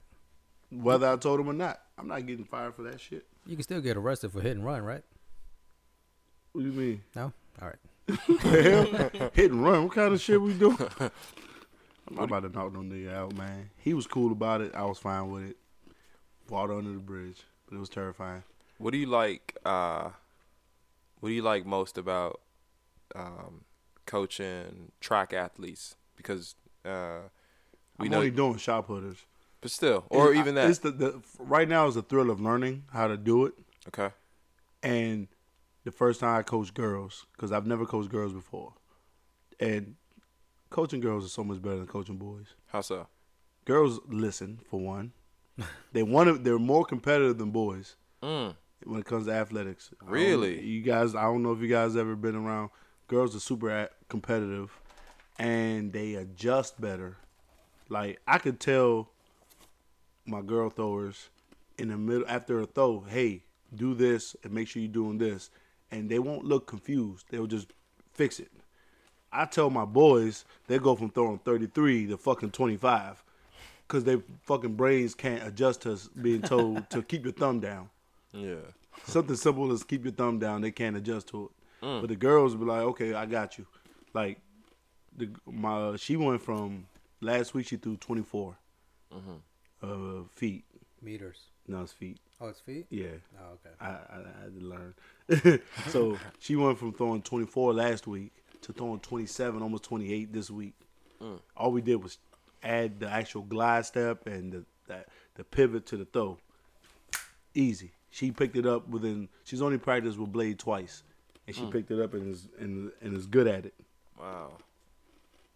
C: whether I told them or not. I'm not getting fired for that shit.
D: You can still get arrested for hit and run, right?
C: What do you mean?
D: No. All right.
F: (laughs)
C: (laughs) Hit and run. What kind of shit we doing? I'm not about to knock no nigga out, man. He was cool about it. I was fine with it. Water under the bridge, but it was terrifying.
F: What do you like? Uh, what do you like most about um, coaching track athletes? Because uh, we
C: I'm
F: know,
C: only doing shot putters,
F: but still, or
C: It's-
F: even
C: It's
F: that.
C: the, the right now is the thrill of learning how to do it,
F: Okay.
C: and the first time I coached girls because I've never coached girls before, and coaching girls is so much better than coaching boys.
F: How so?
C: Girls listen for one. They want to. They're more competitive than boys.
F: Mm.
C: when it comes to athletics. I don't-
F: Really?
C: you guys, I don't know if you guys ever been around. Girls are super at- competitive, and they adjust better. Like I could tell my girl throwers in the middle after a throw, hey, do this and make sure you're doing this, and they won't look confused. They'll just fix it. I tell my boys they go from throwing 33 to fucking 25 because their fucking brains can't adjust to us being told to keep your thumb down
F: Yeah.
C: something simple as keep your thumb down. They can't adjust to it. But the girls be like, okay, I got you. Like, the, my she went from last week she threw twenty uh, feet.
D: Meters.
C: No, it's feet.
D: Oh, it's feet.
C: Yeah,
D: Oh, okay.
C: I, I, I had to learn. (laughs) so she went from throwing twenty four last week to throwing twenty seven, almost twenty eight this week. All we did was add the actual glide step and the that, the pivot to the throw. easy. She picked it up within. She's only practiced with Blade twice, and she picked it up and is and and is good at it.
F: Wow.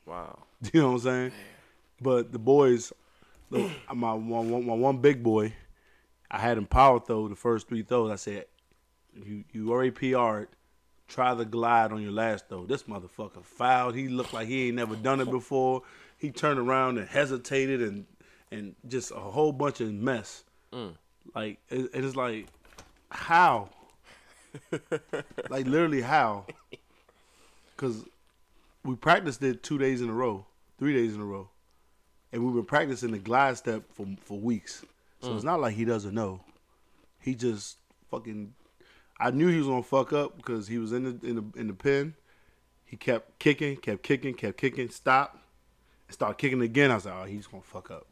F: Wow.
C: (laughs) You know what I'm saying? But the boys, look, my one, one- my one big boy, I had him power throw the first three throws. I said, "You you already PR'd. Try the glide on your last throw." This motherfucker fouled. He looked like he ain't never done it before. He turned around and hesitated and and just a whole bunch of mess. Like it, it is like how, like literally how, because we practiced it two days in a row. three days in a row, and we've been practicing the glide step for for weeks. So it's not like he doesn't know. He just fucking. I knew he was gonna fuck up because he was in the in the in the pen. He kept kicking, kept kicking, kept kicking. Stop, and start kicking again. I was like, oh, he's gonna fuck up,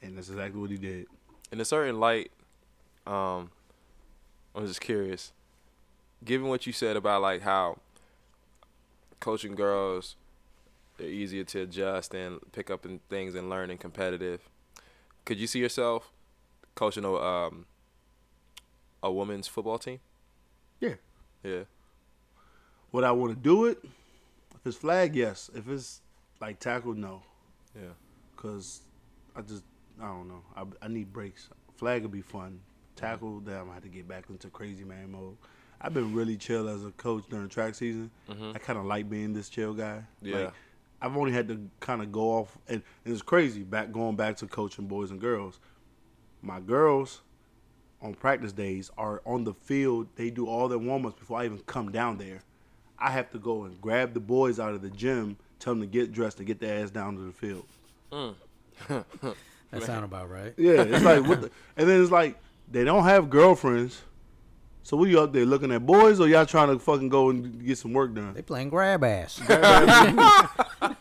C: and that's exactly what he did.
F: in a certain light, um, I'm just curious. Given what you said about like how coaching girls, they're easier to adjust and pick up and things and learn and competitive. Could you see yourself coaching a um, a women's football team?
C: Yeah.
F: Yeah.
C: Would I want to do it? If it's flag, yes. If it's like tackle, no.
F: Yeah.
C: Cause I just I don't know. I, I need breaks. Flag would be fun. Tackle, damn, I might have to get back into crazy man mode. I've been really chill as a coach during track season. I kind of like being this chill guy.
F: Yeah.
C: Like, I've only had to kind of go off, and, and it's crazy. Back going back to coaching boys and girls. My girls on practice days are on the field. They do all their warm ups before I even come down there. I have to go and grab the boys out of the gym, tell them to get dressed, and get their ass down to the field.
D: That sound about right.
C: Yeah, it's like, what the, and then it's like they don't have girlfriends. So what you up there looking at boys, or y'all trying to fucking go and get some work done?
D: They playing grab
F: (laughs)
D: ass. (laughs)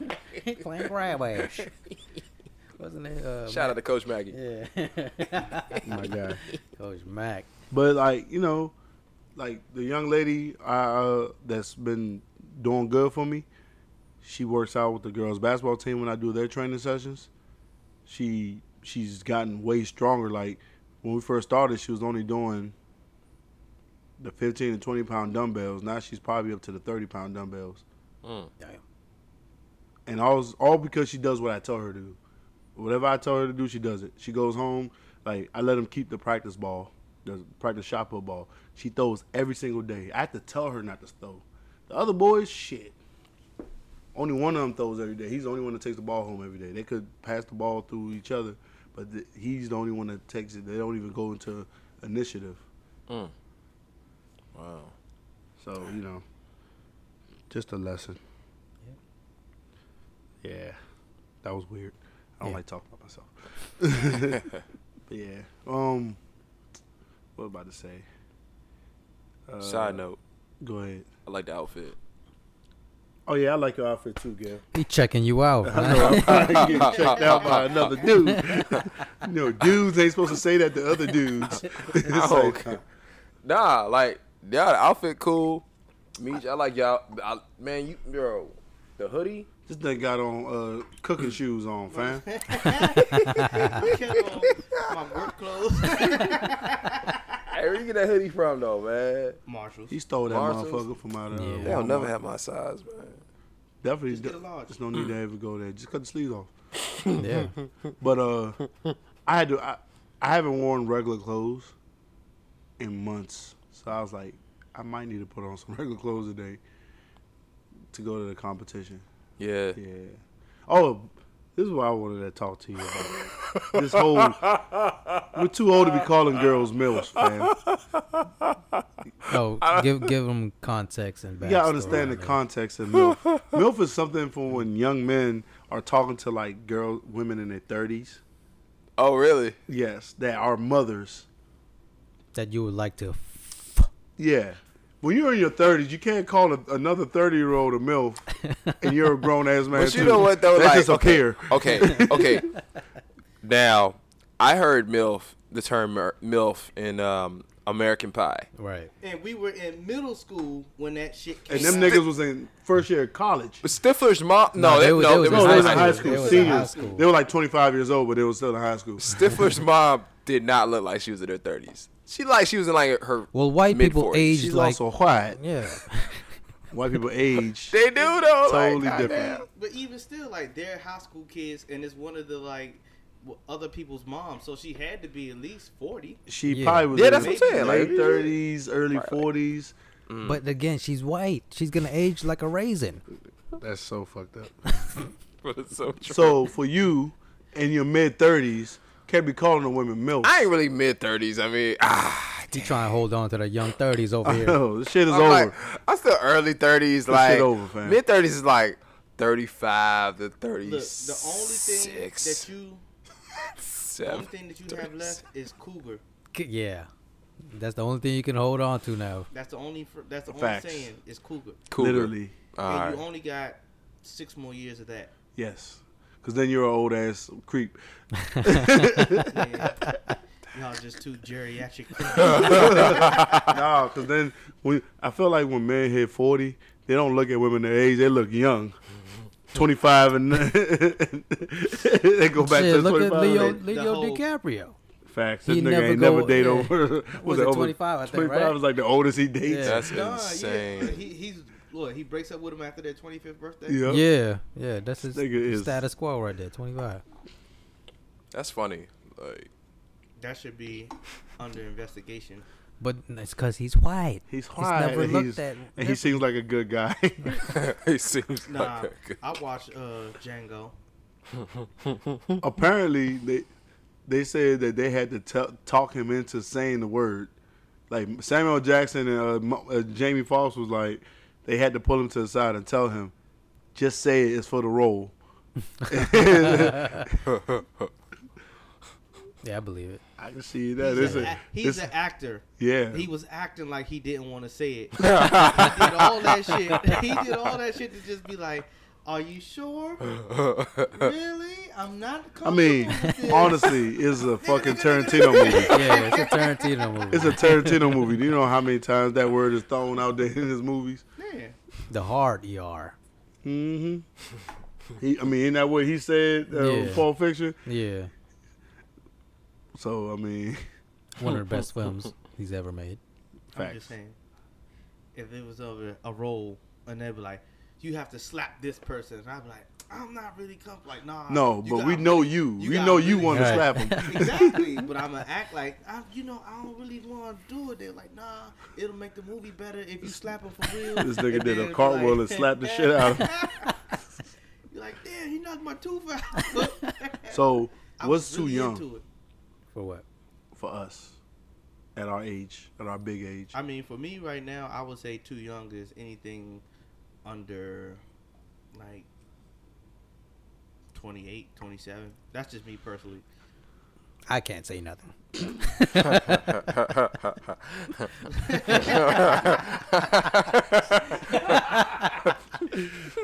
D: They playing grab ass. Wasn't it? Uh,
F: Shout out to Coach Maggie. (laughs)
C: Oh my god!
D: Coach Mac.
C: But like you know, like the young lady uh, that's been doing good for me, she works out with the girls basketball team when I do their training sessions. She she's gotten way stronger. Like when we first started, she was only doing the fifteen and twenty pound dumbbells. Now she's probably up to the thirty pound dumbbells.
D: Damn.
C: and all all because she does what I tell her to do. Whatever I tell her to do, she does it. She goes home like I let them keep the practice ball, the practice shot put ball. She throws every single day. I have to tell her not to throw. The other boys, shit. Only one of them throws every day. He's the only one that takes the ball home every day. They could pass the ball through each other, but th he's the only one that takes it. They don't even go into initiative.
F: Wow.
C: So you know, just a lesson. Yeah, that was weird. I don't
D: Yeah.
C: like talking about myself.
D: (laughs)
C: but yeah, um, what about to say? Uh,
F: Side note,
C: Go ahead.
F: I like the outfit.
C: Oh yeah, I like your outfit too,
F: (laughs)
C: (laughs) Gil.
D: He checking you out. man.
C: I'm probably getting checked out by another dude. you know, dudes ain't supposed to say that to other
F: (laughs)
C: dudes. (laughs) It's like,
F: Oh, okay. Nah, like yeah, the outfit cool. Me, I like y'all. I, man, you bro, the hoodie.
C: this nigga got on uh, cooking shoes on, fam.
E: (laughs)
C: (laughs)
E: my work clothes.
F: Hey, where you get that hoodie from though, man?
E: Marshalls.
C: He stole that
F: Marshalls.
C: motherfucker from out of.
D: Yeah.
C: Yeah.
F: They don't never have my size, man.
C: Definitely,
E: Just
C: just,
E: get a large. Mm.
C: just no need to ever go there. Just cut the sleeves off. (laughs)
D: yeah.
C: But uh, I had to. I, I haven't worn regular clothes in months, so I was like, I might need to put on some (laughs) regular clothes today to go to the competition.
F: Yeah.
C: Yeah. Oh, this is what I wanted to talk to you about. this whole we're too old to be calling girls milfs, man.
E: (laughs)
D: Oh, give give him context and backstory.
C: You gotta understand the
D: man.
C: context of MILF. MILF is something for when young men are talking to like girl women in their thirties.
F: Oh really?
C: Yes, that are mothers.
D: that you would like to.
C: Yeah. When you're in your thirties, you can't call a, another thirty year old a MILF and you're a grown ass man.
F: (laughs) But you
C: too.
F: know what though?
C: That's
F: like,
C: just a
F: okay,
C: peer.
F: okay, okay. Now, I heard milf the term mer- milf in um, American Pie.
D: Right.
E: And we were in middle school when that shit came
C: And them
E: out.
C: niggas was in first year of college.
F: But Stifler's mom? No,
D: No,
F: they,
D: they was-
F: no,
D: they
F: they
D: was
C: No,
F: was
C: they
F: high
C: was
D: high
C: in high school.
D: school. They was in
C: seniors.
D: high school.
C: They were like 25 years old, but they were still in high school.
F: Stifler's mom did not look like she was in her thirties. She like she was in like her
D: Well, white people
F: mid-40s.
D: age-
C: She's
D: like-
C: also white.
D: (laughs)
E: (laughs)
D: Yeah.
C: White people age
F: (laughs) They do though.
C: totally
F: like, (laughs)
C: different.
E: But even still, like they're high school kids, and it's one of the like w- other people's moms, so she had to be at least forty.
C: She
D: Yeah.
C: probably was
F: Yeah,
C: in
F: that's
C: her
F: what I'm saying, like-
C: late 30s, early 40s.
E: Mm.
D: But again, she's white. She's gonna age like a raisin.
C: That's so fucked up.
F: But it's so true.
C: So for you in your mid 30s, can't be calling the women milk.
F: I ain't really mid thirties. I mean, ah,
D: You trying to hold on to the young thirties over here.
C: (laughs) No, this shit is
F: I'm
C: over.
F: like, I'm still early thirties. Like
C: over, fam.
F: mid thirties is like 35 to
E: Look,
F: 36.
E: the only thing that you, the only
F: seven.
E: thing that you have left is Cougar.
D: K- Yeah, that's the only thing you can hold on to now.
E: That's the only. fr- That's the
C: Facts.
E: only saying is Cougar.
F: Cougar.
C: Literally,
F: All
E: and
F: right.
E: you only got six more years of that.
C: yes. Because then you're an old ass creep. (laughs)
E: Yeah. Y'all just too geriatric.
C: nah, because then when I feel like when men hit forty, they don't look at women their age; they look young. Twenty five and (laughs) they go back
D: Shit,
C: to
D: look
C: twenty
D: at
C: five.
D: Leo,
E: The
D: Leo
E: whole-
D: DiCaprio.
C: Facts.
D: He
C: This nigga
D: never
C: ain't
D: go-
C: never date
D: yeah.
C: over. (laughs)
D: Was
C: that
D: it
C: over-
D: 25, I think,
C: 25
D: right?
C: is like the oldest he dates.
D: Yeah.
F: That's
E: nah, yeah. (laughs)
F: insane.
E: He, he's look. He breaks up with him after their twenty fifth birthday.
C: Yeah.
D: Yeah, yeah, that's his
C: Nigga is-
D: status quo right there. Twenty five.
F: That's funny. Like, (laughs)
E: That should be under investigation.
D: But it's because he's white.
C: He's
D: He's
C: hard.
D: never
C: and,
D: looked
C: he's-
D: at
C: and he seems like a good
D: (laughs)
C: guy.
F: he seems
E: Nah,
F: like
E: (laughs)
F: a good. (laughs)
E: I watched uh, Django.
C: Apparently, they they said that they had to t- talk him into saying the word. Like Samuel Jackson and uh, Mo- uh, Jamie Foxx was like, they had to pull him to the side and tell him, just say it, it's for the role.
D: Yeah, I believe it.
C: I can see that.
E: He's,
C: It's
E: a,
C: a,
E: a-
C: it's-
E: he's an actor.
C: yeah.
E: He was acting like he didn't want to say it. he did all that shit. He did all that shit to just be like, "Are you sure? really? I'm not."
C: I
E: (laughs)
C: mean,
E: comfortable with
C: (laughs)
E: this."
C: honestly, it's a fucking Tarantino movie.
D: Yeah, it's a
C: (laughs)
D: Tarantino movie.
C: It's a Tarantino movie. Do you know how many times that word is thrown out there in his movies?
E: Yeah.
D: the hard ER.
C: Mm-hmm. He, I mean, in that what he said, uh,
D: Yeah.
C: Pulp Fiction.
D: Yeah,
C: So I mean,
D: one of the best films he's ever made.
E: I'm
C: facts.
E: just saying, if it was over a role and they'd be like, "You have to slap this person," and I'd be like, "I'm not really comfortable." Like, nah.
C: No,
E: you
C: but
E: gotta
C: we know
E: really-
C: you. we
E: gotta
C: know you
E: really-
C: want
D: Right.
C: to slap him.
E: (laughs) exactly, but I'm gonna act like I, you know, I don't really want to do it. They're like, nah, it'll make the movie better if you slap him for real.
C: This nigga
E: And
C: did
E: then
C: a
E: be
C: cartwheel
E: like-
C: and slapped
E: (laughs)
C: the shit out of him.
E: You're like, damn, he knocked my tooth out.
C: (laughs) So
E: (laughs) I
C: what's
E: was
C: too
E: really
C: young
E: into it.
D: For what?
C: for us at our age, at our big age?
E: I mean, for me right now, I would say too young is anything under like 28, 27. That's just me personally.
D: I can't say nothing.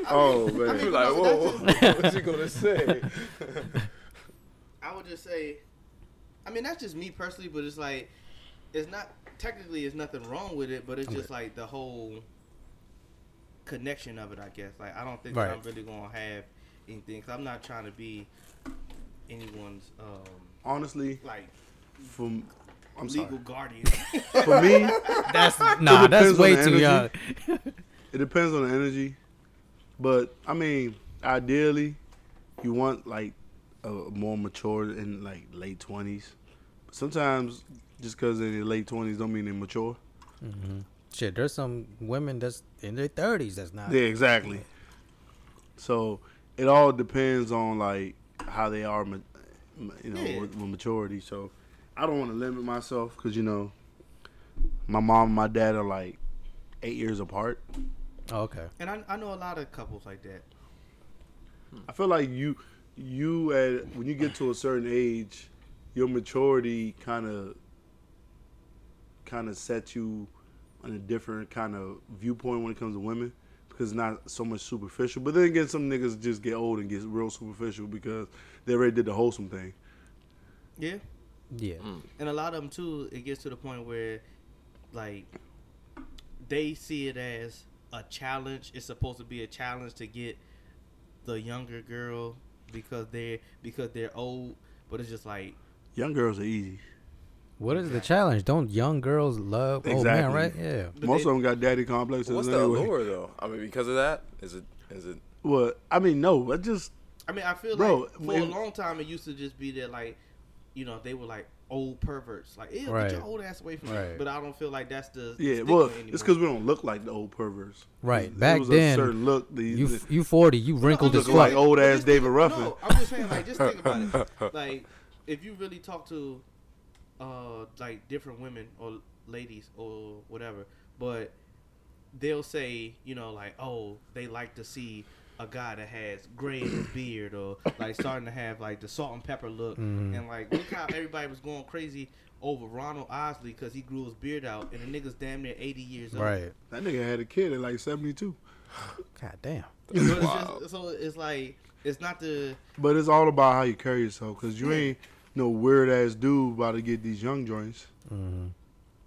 C: Oh man,
F: You like, whoa, whoa, what you
E: (laughs)
C: (laughs)
F: gonna say?
E: I would just say, I mean, that's just me personally, but it's like, it's not technically, it's nothing wrong with it, but it's just like the whole connection of it, I guess. Like, I don't think that
D: Right.
E: I'm really gonna have anything because I'm not trying to be anyone's um
C: honestly,
E: like
C: from I'm
E: legal
C: sorry.
E: guardian.
C: For me,
D: That's nah. That's
C: depends on
D: way
C: the
D: too young.
C: energy. it depends on the energy, but I mean, ideally, you want like a more mature in like late twenties. Sometimes just because they're in their late twenties don't mean they're mature.
D: (laughs) Shit, there's some women that's in their thirties that's not.
C: Yeah, exactly. So it all depends on like how they are, ma- ma- you know,
E: Yeah.
C: with, with maturity. So I don't want to limit myself because you know, my mom and my dad are like eight years apart.
D: Oh, okay.
E: and I, I know a lot of couples like that.
C: I feel like you, you at when you get to a certain age, your maturity kind of, kind of sets you on a different kind of viewpoint when it comes to women because it's not so much superficial. But then again, some niggas just get old and get real superficial because they already did the wholesome thing.
E: Yeah.
D: Yeah.
F: Mm.
E: and a lot of them too it gets to the point where like they see it as a challenge it's supposed to be a challenge to get the younger girl because they're because they're old but it's just like
C: Young girls are easy.
D: What is the challenge? Don't young girls love old man,
C: Exactly.
D: right? Yeah.
E: But
C: Most
E: they-
C: of them got daddy complexes.
F: What's the
C: anyway.
F: allure though? I mean, because of that, is it is it
C: Well, I mean, no, I just
E: i mean i feel
C: Bro,
E: like for a
C: it-
E: long time it used to just be that like you know they were like old perverts like ew,
D: Right.
E: get your old ass away from me
D: Right.
E: but i don't feel like that's the
C: yeah.
E: stigma
C: Well,
E: anymore.
C: it's because we don't look like the old perverts.
D: Right.
C: There
D: Back
C: was
D: then,
C: a certain look. The,
D: You
C: the-
D: f- you forty. You wrinkled
E: I'm
D: as
E: just
C: look like
D: fuck.
E: saying,
C: old
E: but
C: ass
E: just
C: David
E: think-
C: Ruffin.
E: No, I'm just saying, like, just think about
C: (laughs)
E: it. Like, if you really talk to, uh, like different women or ladies or whatever, but they'll say, you know, like, oh, they like to see a guy that has
C: (coughs)
E: gray in his beard or like starting to have like the salt and pepper look
C: Mm-hmm.
E: and like look how everybody was going crazy over Ronald Osley because he grew his beard out and the nigga's damn near 80 years old.
D: Right.
C: That nigga had a kid at like seventy two.
D: God damn.
E: So it's,
F: Wow.
E: just, so it's like it's not the
C: But it's all about how you carry yourself, cause you ain't no weird ass dude about to get these young joints.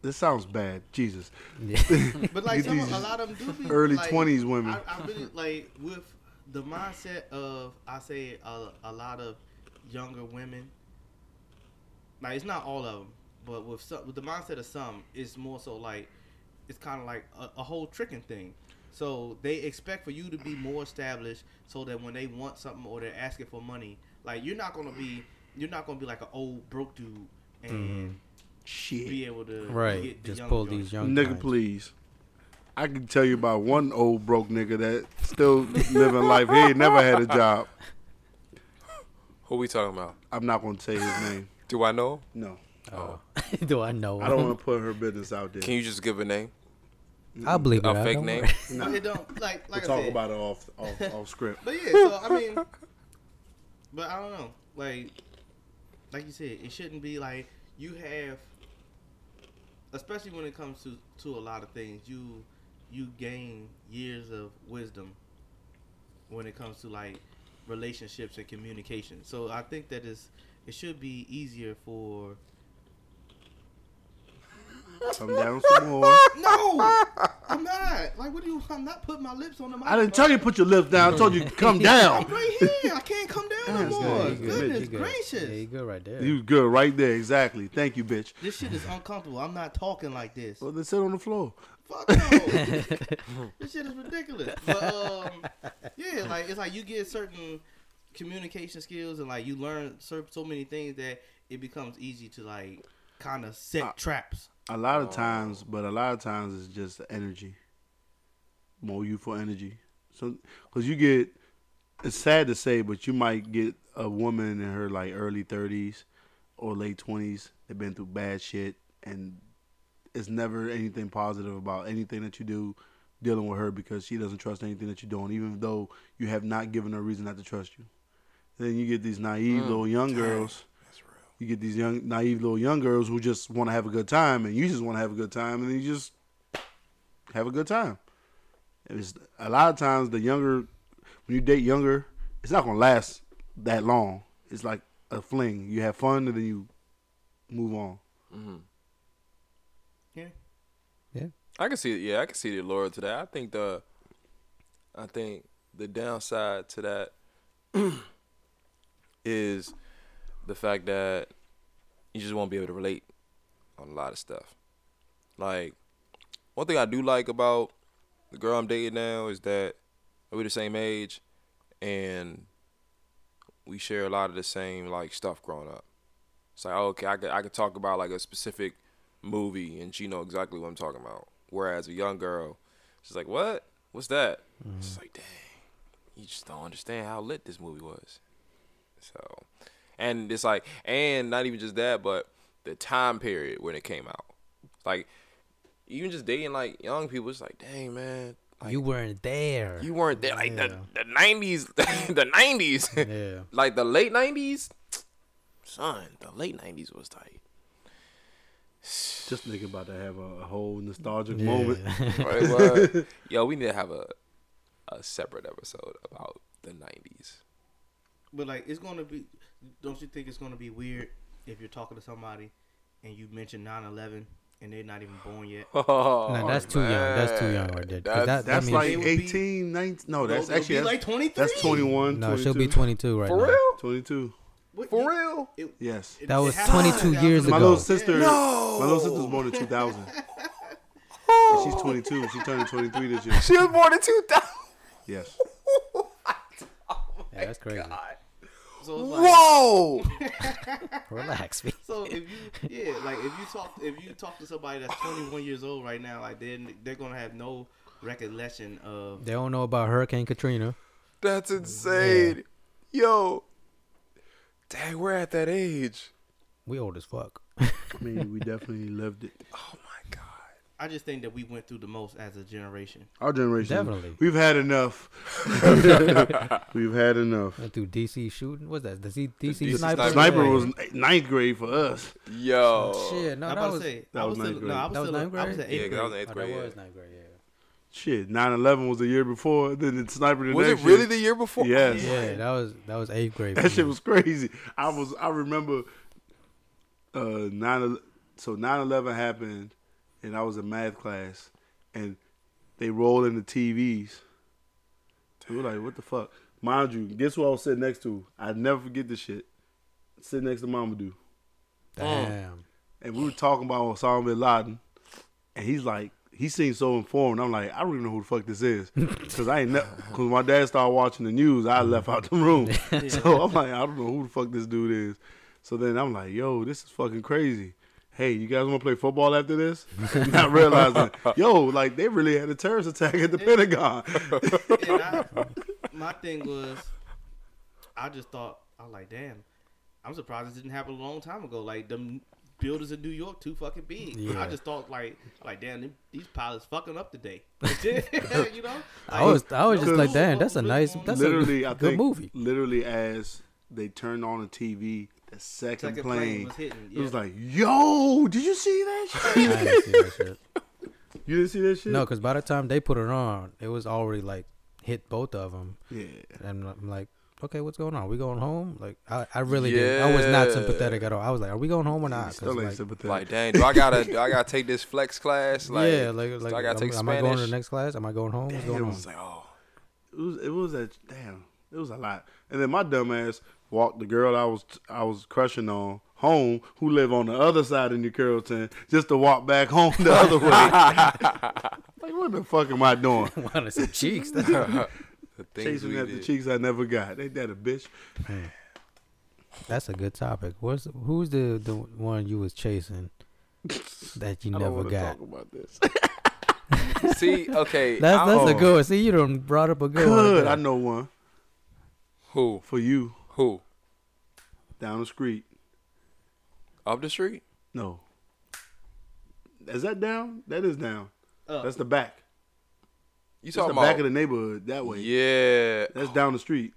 C: This sounds bad, Jesus.
E: But like
C: Get
E: some,
C: these
E: a lot of them do be
C: early
E: like,
C: 20s women.
E: I, I really like with the mindset of I say a, a lot of younger women. Like it's not all of them, but with some, with the mindset of some, it's more so like it's kind of like a, a whole tricking thing. So they expect for you to be more established, so that when they want something or they're asking for money, like you're not gonna be you're not gonna be like an old broke dude and
C: (laughs) Shit,
E: be able to
D: Mm-hmm. Right.
E: get the
D: Just
E: young
D: pull
E: joints.
D: these young
C: nigga,
D: kinds.
C: please. I can tell you about one old broke nigga that still living life. He ain't never had a job.
F: Who we talking about?
C: I'm not gonna say his name.
F: Do I know?
C: No,
D: Oh. (laughs) Do I know?
C: I don't want to put her business out there.
F: Can you just give a name?
D: I believe it.
F: A
D: I
F: fake
D: don't
F: name?
D: worry. (laughs)
E: But it don't like like
C: We'll
E: I
C: talk
E: said,
C: about it off off, off script.
E: But yeah, so I (laughs) mean, but I don't know. Like, like you said, it shouldn't be like you have, especially when it comes to to a lot of things. You you gain years of wisdom when it comes to like relationships and communication. So I think that is it should be easier for
C: Come down some more.
E: no. (laughs) I'm not like what do you? I'm not putting my lips on the
C: I didn't tell you to put your lips down. I told you to
E: (laughs)
C: come
E: I'm
C: down.
E: right here. I can't come down no
C: That's
E: more.
C: good.
D: You good.
E: Goodness
D: You good.
E: gracious.
D: Yeah, you good right there.
C: You good right there. Exactly. Thank you, bitch.
E: This shit is uncomfortable. I'm not talking like this.
C: Well, then sit on the floor. (laughs)
E: Fuck no. this shit is ridiculous. But um, yeah, like it's like you get certain communication skills and like you learn so, so many things that it becomes easy to like kind of set
C: Uh,
E: traps.
C: A lot of times, but a lot of times it's just the energy. More youthful energy. So, because you get, it's sad to say, but you might get a woman in her like early 30s or late 20s. They've been through bad shit, and it's never anything positive about anything that you do dealing with her because she doesn't trust anything that you're doing, even though you have not given her reason not to trust you. Then you get these naive little young girls. You get these young, naive little young girls who just want to have a good time, and you just want to have a good time, and then you just have a good time. And it's a lot of times the younger, when you date younger, it's not gonna last that long. It's like a fling. You have fun, and then you move on.
E: Yeah.
F: I can see yeah, I can see the allure to that. I think the I think the downside to that (clears throat) is the fact that you just won't be able to relate on a lot of stuff. Like one thing I do like about the girl I'm dating now is that we're the same age and we share a lot of the same like stuff growing up. It's like oh, okay, I could I could talk about like a specific movie and she know exactly what I'm talking about. Whereas a young girl, she's like, "What? What's that?"
D: Mm-hmm.
F: She's like, "Dang, you just don't understand how lit this movie was." So, and it's like, and not even just that, but the time period when it came out. Like, even just dating like young people, it's like, "Dang, man." Like,
D: you weren't there.
F: you weren't there like
D: Yeah.
F: the the nineties, (laughs) the nineties,
D: Yeah.
F: like the late nineties. Son, the late nineties was tight.
C: Just think about to have a, a whole nostalgic
D: Yeah.
C: moment.
F: Right,
D: (laughs)
F: what? Yo, we need to have a a separate episode about the nineties.
E: But like it's gonna be. Don't you think it's gonna be weird if you're talking to somebody and you mention 9/11 and they're not even born yet?
F: Oh,
D: No, that's too young. That's too young right there. 'Cause that,
F: That's-
D: that
C: That's
D: means-
C: like
E: it would be-
C: 18, 19. No, that's
E: it'll be
C: actually that's,
E: like 23.
C: that's 21,
D: no,
C: 22.
D: she'll be 22 right
F: for
D: now.
F: real.
C: 22.
F: (laughs)
E: What-
F: For
E: you-
F: real.
E: it-
C: Yes.
E: it-
D: That
E: it
D: was
E: happened
D: 22 years
E: Yeah.
C: My
D: ago.
C: little sister.
F: No.
C: My little sister was born in 2000. And She's 22. She turned 23 this year.
F: She was born in two thousand.
C: Yes.
D: Yeah, that's crazy.
E: So it's like,
F: Whoa.
D: (laughs) Relax. man.
E: So if you yeah, like if you talk if you talk to somebody that's 21 years old right now, like they're they're gonna have no recollection of
D: they don't know about Hurricane Katrina.
F: (laughs) That's insane. Yo. Dang, we're at that age.
D: We old as fuck. (laughs)
C: I mean, we definitely lived it.
F: Oh my god.
E: I just think that we went through the most as a generation.
C: Our generation,
D: Definitely.
C: we've had enough. (laughs) we've had enough.
D: Went through DC shooting. What's that? The Z- DC,
F: DC
D: sniper.
C: Sniper
D: Yeah.
C: was n- ninth grade for us.
F: Yo.
D: Shit, no,
E: I'm
D: that
E: about
D: was
E: to say
C: that
E: I
C: was
E: was,
C: ninth
E: still, no,
C: grade.
E: I was
D: That was
E: still
D: ninth
E: I was in
D: grade?
E: eighth
F: Oh. Yeah, that
E: grade.
F: was
D: oh,
F: in eighth
D: that
F: grade. yeah.
D: was ninth grade.
C: Shit, 9-11 was the year before. Then the sniper. The
F: Was it
C: next
F: really
C: year.
F: the year before?
C: Yes.
D: Yeah, yeah, that was that was eighth grade.
C: That
D: for
C: shit
D: me.
C: was crazy. I was I remember uh nine ele- so nine eleven happened and I was in math class and they rolled in the TVs. We were like, what the fuck? Mind you, guess who I was sitting next to? I never forget this shit. Sitting next to Mamadou.
D: damn.
C: And we were talking about Osama bin Laden. And he's like, he seems so informed. I'm like, I don't even know who the fuck this is. Because I ain't never, because my dad started watching the news, I left out the room. So I'm like, I don't know who the fuck this dude is. So then I'm like, yo, this is fucking crazy. Hey, you guys want to play football after this? (laughs) Not realizing, yo, like they really had a terrorist attack at the Pentagon.
E: and I, my thing was, I just thought, I was like, damn, I'm surprised this didn't happen a long time ago. Like, them builders in New York too fucking big. I
D: Yeah.
E: just thought, like, like damn, them, these pilots fucking
C: (laughs)
E: up today. (laughs) you know?
D: I was I was just
C: Cause-
D: like, damn, that's a nice, that's
C: literally,
D: a
C: I
D: good
C: think,
D: movie.
C: literally as they turned on the TV, the second,
E: Second
C: plane,
E: plane was hitting,
C: It was
E: yeah.
C: like, yo, did you see that
D: (laughs) I
C: shit?
D: didn't see that shit.
C: you didn't see that shit?
D: No, because by the time they put it on, it was already like hit both of them,
C: Yeah.
D: and I'm like, okay, what's going on? we going home? Like, I, I really did. I was not
F: Yeah.
D: sympathetic at all. I was like, are we going home or not? 'Cause,
C: Still ain't
D: like,
C: sympathetic. (laughs)
F: Like, dang, do I gotta do I gotta take this flex class? Like,
D: yeah, like, like
F: I gotta take
D: am, am I
F: Spanish.
D: going to the next class? Am I going home? What's
C: it
D: going on?
C: was like, oh, it was it was a damn, it was a lot. And then my dumb ass walked the girl I was I was crushing on home, who live on the other side of New Carrollton, just to walk back home the
D: (laughs)
C: other way. (laughs) like, what the fuck am I doing?
D: Wanted some cheeks. That's,
F: The things
C: Chasing
F: we
C: after
F: did.
C: cheeks I never got. Ain't that a bitch?
D: (laughs) that's a good topic. What's who's the the one you was chasing that you
C: I don't
D: never
C: want to
D: got?
C: talk about this.
F: See, okay,
D: (laughs) That's
F: I'm-
D: that's a
C: Oh.
D: good one. See, you done brought up a good one.
C: Good,
D: there.
C: I know one
F: who
C: for you
F: who
C: down the street.
F: up the street.
C: No, is that down? That is down.
E: Up.
C: That's the back.
F: You
C: That's the
F: talking
C: back
F: about?
C: of the neighborhood that way.
F: yeah,
C: That's down the street.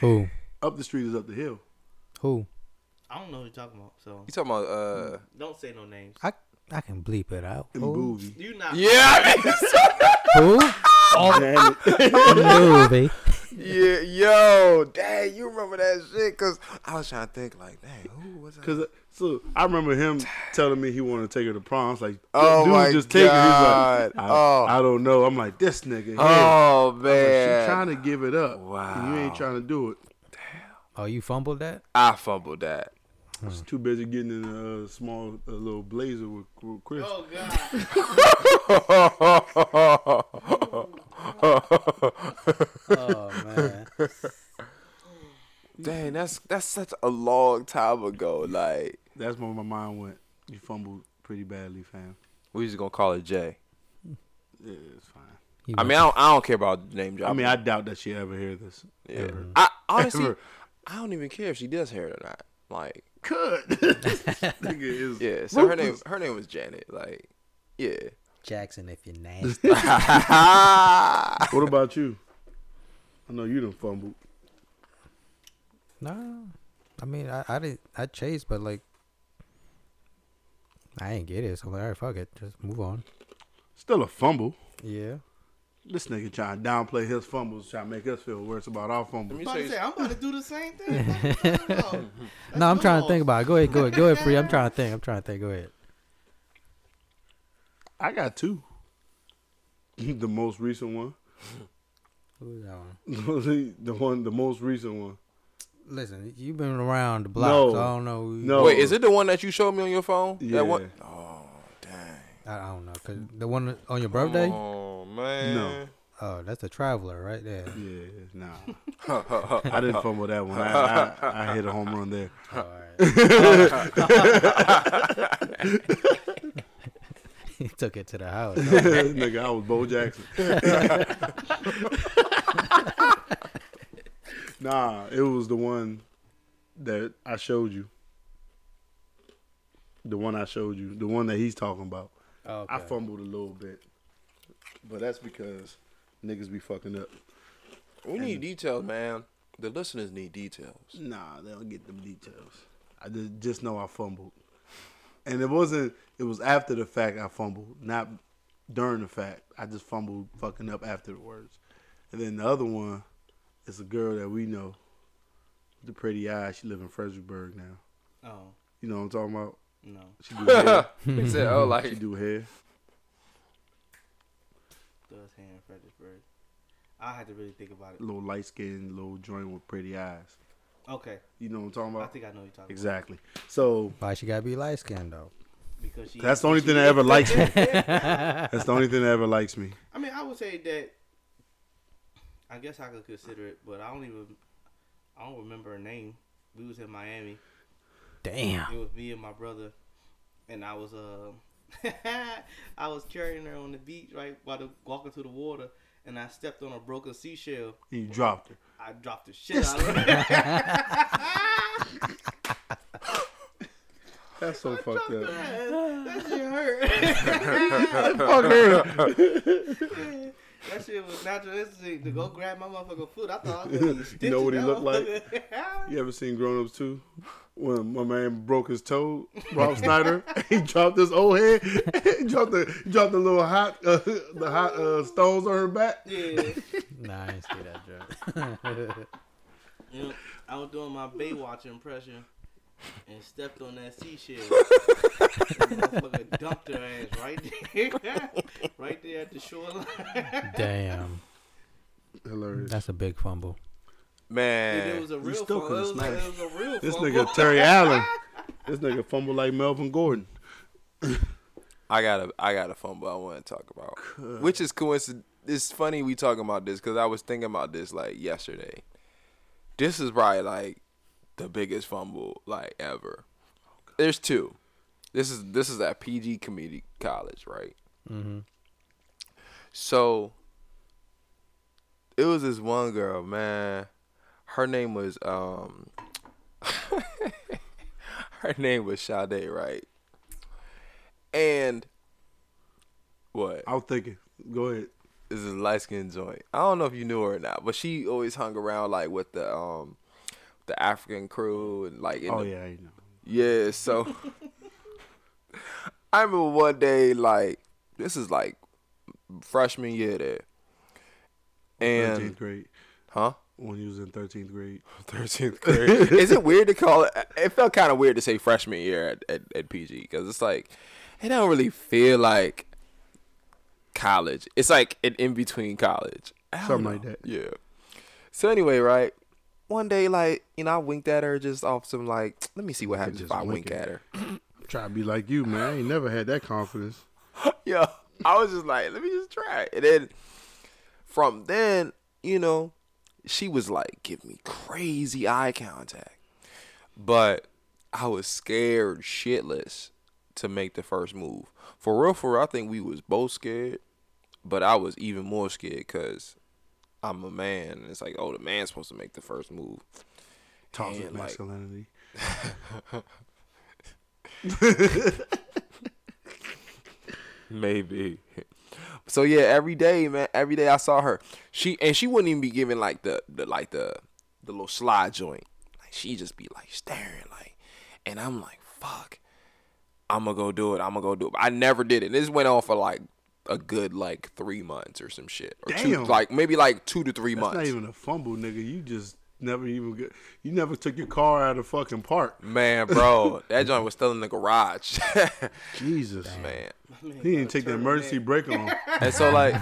D: Who?
C: Up the street is up the hill.
D: Who?
E: I don't know what you're talking about, so
F: you talking about? Uh,
E: don't say no names.
D: I I can bleep it out.
C: In
D: Who?
C: Boovie.
E: You not.
F: yeah,
D: Who?
C: Damn it.
D: Movie.
F: yeah, yo, dang, you remember that shit? Cause I was trying to think, like, dang, who was I?
C: Cause uh, so I remember him telling me he wanted to take her to prom. I was like,
F: Oh
C: oh dude
F: my
C: just take her. He's
F: God.
C: like, I,
F: Oh.
C: I don't know. I'm like, this nigga. here.
F: Oh
C: She's
F: man,
C: trying to give it up. And you
F: Wow.
C: ain't trying to do it.
D: Oh, you fumbled that?
F: I fumbled that. (laughs)
C: She's too busy getting in a small a little blazer with, with Chris.
E: Oh, God.
D: Oh man.
F: Dang, that's that's such a long time ago. Like
C: That's where my mind went. You fumbled pretty badly, fam.
F: we just gonna call it Jay.
C: Yeah, it's fine.
F: I mean, I don't, I don't care about name
C: I
F: dropping.
C: mean, I doubt that she ever hear this.
F: Yeah. I honestly, I don't even care if she does hair it or not. Like,
C: Could. this (laughs) nigga is (laughs)
F: yeah. So her name,
C: ruthless.
F: her name was Janet. Like, yeah.
D: Jackson, if you're (laughs) nasty.
F: Ah!
C: What about you? I know you done fumbled.
D: no, I mean, I, I didn't. I chased, but like, I ain't get it. So I'm like, all right, fuck it, just move on.
C: Still a fumble.
D: Yeah.
C: This nigga trying to downplay his fumbles, trying to make us feel worse about our fumbles.
E: I'm about to say, I'm about to do the same (laughs) thing. Like, I don't know.
D: no, I'm
E: go
D: trying to
E: on.
D: think about it. Go ahead, go ahead, go ahead, free. I'm trying to think. I'm trying to think. Go ahead.
C: I got two. (laughs) the most recent one.
D: Who was that one?
C: (laughs) the one, the most recent one.
D: Listen, you've been around the block,
C: No.
D: so I don't know.
C: No.
F: Wait, is it the one that you showed me on your phone?
C: Yeah.
F: That one? Oh, dang.
D: I, I don't know, cause the one on your birthday.
F: Oh man.
C: No.
D: Oh, that's the traveler right there.
C: Yeah, (laughs) nah. I didn't fumble that one. I, I, I hit a home run there.
D: (laughs) All
C: (laughs)
D: right. (laughs) he took it to the house.
C: (laughs) nigga, I was Bo Jackson. (laughs) nah, it was the one that I showed you. The one I showed you. The one that he's talking about.
D: Okay.
C: I fumbled a little bit, but that's because niggas be fucking up.
F: We need details, man. The listeners need details. (laughs)
C: Nah, they don't get them details. I just just know I fumbled, and it wasn't. It was after the fact I fumbled, not during the fact. I just fumbled, fucking up after the words. And then the other one is a girl that we know, with the pretty eyes. She live in Fredericksburg now.
E: Oh
C: You know what I'm talking about?
E: no.
C: She do hair.
F: He said, "Oh,
C: she
F: like
C: do hair.
E: Does hand Fredericksburg. I had to really think about it.
C: Little light skinned, little joint with pretty eyes.
E: Okay,
C: You know what I'm talking
E: I
C: about?
E: think I know what you're talking
C: Exactly. So
D: Why she gotta be light skinned though?
E: about because she.
C: that's the only
E: (laughs)
C: thing that ever likes me. That's the only thing that ever likes me.
E: I mean, I would say that. I guess I could consider it, but I don't even. I don't remember her name. We was in Miami.
D: Damn.
E: It was me and my brother, and I was uh, (laughs) I was carrying her on the beach right while the, walking through the water, and I stepped on a broken seashell.
C: You dropped her.
E: I dropped the shit out
C: (laughs)
E: of it.
C: That's so fucked up.
E: that
C: (laughs)
E: shit hurt.
C: Fuck her.
E: that shit was natural instinct to go grab my motherfucking foot. I thought
C: (laughs)
E: I was gonna
C: You know what he looked
E: like.
C: You ever seen Grown Ups 2? When my man broke his toe, Rob Snyder, (laughs) he dropped his old head, (laughs) he dropped the dropped the little hot uh, (laughs) the hot uh, stones on her back.
E: (laughs) yeah.
D: Nah, I didn't see that joke.
F: (laughs)
E: Yep. I was doing my Baywatch impression and stepped on that seashell. Motherfucker dumped her ass right there. (laughs) right there at the shoreline.
D: Damn.
C: Hilarious.
D: That's a big fumble.
E: And it
F: man."
E: was a real
C: still
E: fumble.
C: could've
E: It was, a-
C: sniped.
E: it was a real
C: This
E: (laughs) fumble.
C: nigga Terry Allen. This nigga fumble like Melvin Gordon.
F: I got a I got a fumble I want to talk about, which is coincident. It's funny we talking about this because I was thinking about this like yesterday. This is probably like the biggest fumble like ever. There's two. This is this is at PG Community College, right?
D: Mhm.
F: So it was this one girl, man. Her name was um (laughs) her name was Sade, right? And what?
C: I was thinking, go ahead.
F: This is a light skin joint. I don't know if you knew her or not, but she always hung around like with the um the African crew and like in
C: Oh
F: the
C: yeah, you know.
F: yeah, so (laughs) I remember one day, like this is like freshman year there,
C: Thirteenth
F: and
C: grade.
F: huh,
C: When he was in thirteenth grade.
F: (laughs) thirteenth
C: (laughs)
F: grade. is it weird to call it? It felt kind of weird to say freshman year at at, at PG because it's like it don't really feel like college. It's like an in between college, I don't
C: Something like that.
F: Yeah. So anyway, right. One day, like you know, I winked at her just off some like, let me see what happens if
C: just
F: I
C: wink
F: wink
C: it.
F: at her.
C: Try to be like you, man. I ain't never had that confidence.
F: (laughs) Yo, I was just like, let me just try. it. And then from then, you know, she was like, give me crazy eye contact. But I was scared shitless to make the first move. For real, for real, I think we was both scared. But I was even more scared because I'm a man. And it's like, oh, the man's supposed to make the first move.
C: Toxic
F: And, like-
C: masculinity.
F: (laughs) Maybe. So yeah, every day, man, every day I saw her. She and she wouldn't even be giving like the, the like the the little slide joint. Like she just be like staring like and I'm like, fuck. I'ma go do it. I'ma go do it. I never did it. This went on for like a good like three months or some shit. Or two
C: Damn.
F: like maybe like two to three
C: That's
F: months.
C: not even a fumble, nigga. You just never even get, you never took your car out of fucking park.
F: Man, bro, that joint was still in the garage. (laughs)
C: Jesus.
F: man.
C: He didn't take the emergency brake on.
F: and so like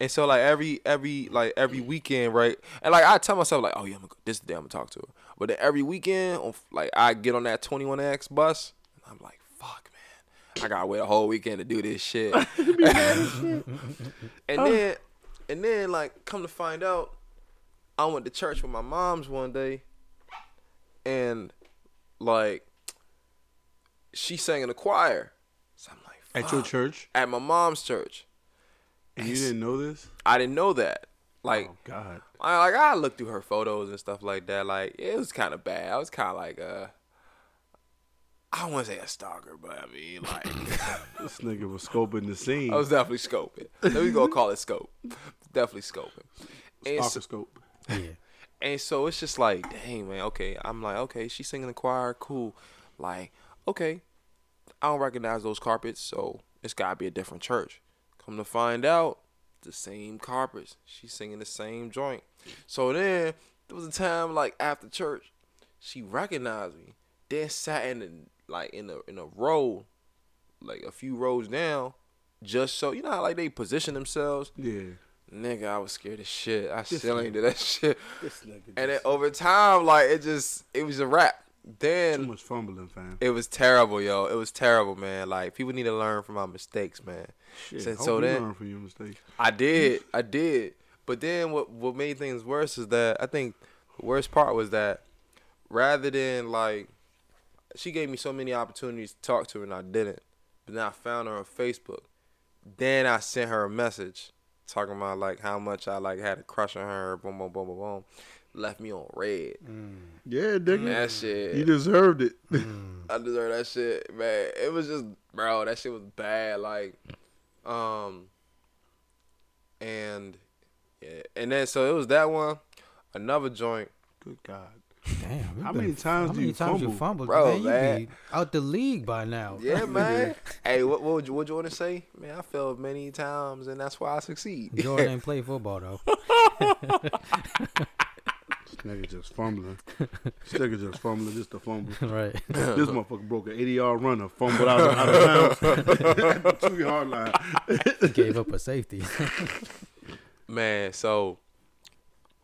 F: and so like every every like every weekend right and like i tell myself like oh yeah i'm gonna go, this is the day i'm gonna talk to her but then every weekend on, like i get on that 21x bus and i'm like fuck man i gotta wait a whole weekend to do this shit (laughs) and then and then like come to find out i went to church with my mom's one day and like she sang in the choir so i'm like
C: At your church,
F: at my mom's church
C: and you didn't know this?
F: I didn't know that. Like,
C: Oh God!
F: I like I looked through her photos and stuff like that. Like, it was kind of bad. I was kind of like, uh, I wouldn't say a stalker, but I mean, like, (laughs)
C: This nigga was scoping the scene. (laughs)
F: I was definitely scoping. Let me go call it scope. Definitely scoping. And so,
C: Stalker scope.
D: Yeah.
F: and so it's just like, dang, man, okay. I'm like, okay, she's singing the choir, cool. Like, okay, I don't recognize those carpets, so it's gotta be a different church. Come to find out, the same carpets. She's singing the same joint. So then there was a time like after church, she recognized me. Then sat in the, like in a in a row, like a few rows down, just so you know how like they position themselves.
C: Yeah.
F: Nigga, I was scared as shit. I still ain't do that (laughs) shit. and then over time, like it just it was a wrap.
C: Too
F: Then
C: much fumbling, fam.
F: it was terrible, yo. It was terrible, man. Like people need to learn from my mistakes, man.
C: Shit,
F: Since
C: hope
F: so
C: you
F: then-
C: learn from your mistakes.
F: I did, I did. But then what what made things worse is that I think the worst part was that rather than like she gave me so many opportunities to talk to her and I didn't. But then I found her on Facebook. Then I sent her a message talking about like how much I like had a crush on her, boom boom boom boom boom. Left me on red.
C: Yeah, nigga.
F: That shit. Mm.
C: You deserved it.
F: I deserve that shit, man. It was just, bro, that shit was bad. Like, um, and yeah, and then so it was that one, another joint,
C: (laughs) Good God.
D: Damn. you
C: How
D: been-
C: many times
D: how
C: do
D: many
C: you
D: times you
C: fumble?
D: fumbled?
F: Bro,
D: man, you
F: man.
D: be out the league by now.
F: Yeah, man. hey, what what would you, what you want to say? Man, I failed many times, and that's why I succeed.
D: (laughs)
F: (laughs)
D: Jordan ain't play football though. (laughs)
C: This nigga just fumbling. This nigga
F: (laughs)
C: just fumbling. Just a fumble.
D: right.
C: This motherfucker broke an 80 yard runner, fumbled out, of- out of bounds (laughs) at the two yard
F: (laughs)
C: line.
D: Gave up a safety. (laughs)
F: Man, so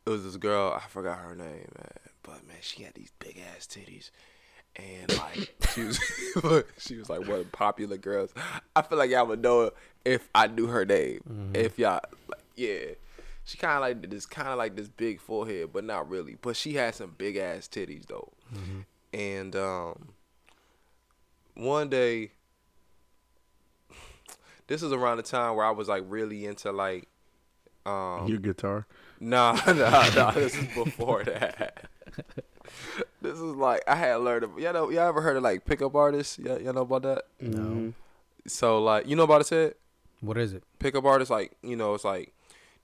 F: it was this girl, I forgot her name, man. But man, she had these big ass titties. And like she was (laughs) she was like one of the popular girls. I feel like y'all would know her if I knew her name. If y'all like, yeah. She kinda like did this kinda like this big forehead, but not really. But she had some big ass titties though. And um one day (sighs) this is around the time where I was like really into like um
C: Your guitar.
F: (laughs) Nah, nah, nah. This is before that. this is like I had learned. Of, y'all know, y'all ever heard of like pickup artists? Y'all, y'all know about that? Mm-hmm.
C: No.
F: So like, you know about it? Ted?
D: what is it?
F: Pickup artists, like you know, it's like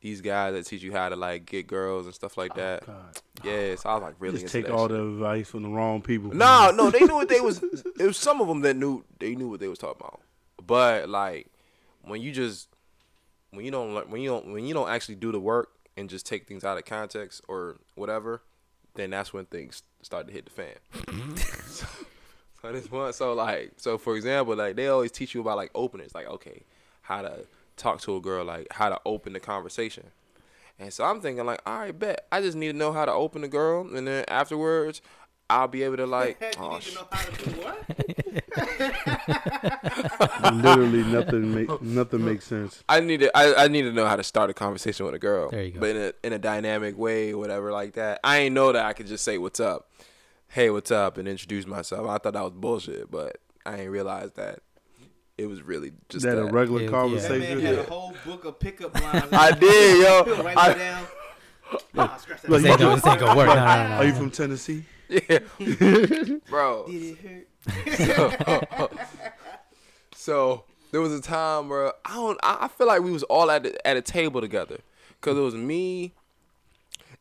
F: these guys that teach you how to like get girls and stuff like that.
C: Oh, God.
F: yeah, so I was like really
C: Just
F: into
C: take
F: that
C: all
F: shit.
C: the advice from the wrong people.
F: No, no, they knew what they was. It was some of them that knew they knew what they was talking about. But like when you just when you don't lear- when you don't when you don't actually do the work and just take things out of context or whatever, then that's when things start to hit the fan. (laughs) so, so this one, so like, so for example, like they always teach you about like openers, like okay, how to talk to a girl, like how to open the conversation. And so I'm thinking like, all right, bet I just need to know how to open a girl, and then afterwards, I'll be able to like,
E: Heck, (laughs) you
F: oh,
E: need
F: sh-
E: to know how to do
F: (laughs)
E: what?
C: Literally nothing make nothing makes sense.
F: I need to I, I need to know how to start a conversation with a girl.
D: There you go.
F: But in a in a dynamic way, whatever like that. I ain't know that I could just say what's up. Hey, what's up and introduce myself. I thought that was bullshit, but I ain't realized that it was really just
C: that,
F: that.
C: a regular
D: Yeah, yeah.
E: That man
C: conversation.
E: had a whole book
F: (laughs)
E: of pickup lines.
F: I did,
E: He'll
C: (laughs)
F: yo.
E: write it
F: I, (laughs)
E: down. Nah, scratch that.
F: Oh,
C: Look,
D: This ain't gonna, this ain't gonna work. No, no, no.
C: Are you from Tennessee?
F: yeah. Bro.
E: Did it hurt?
F: So there was a time where I don't. I I feel like we was all at the, at a table together, cause it was me.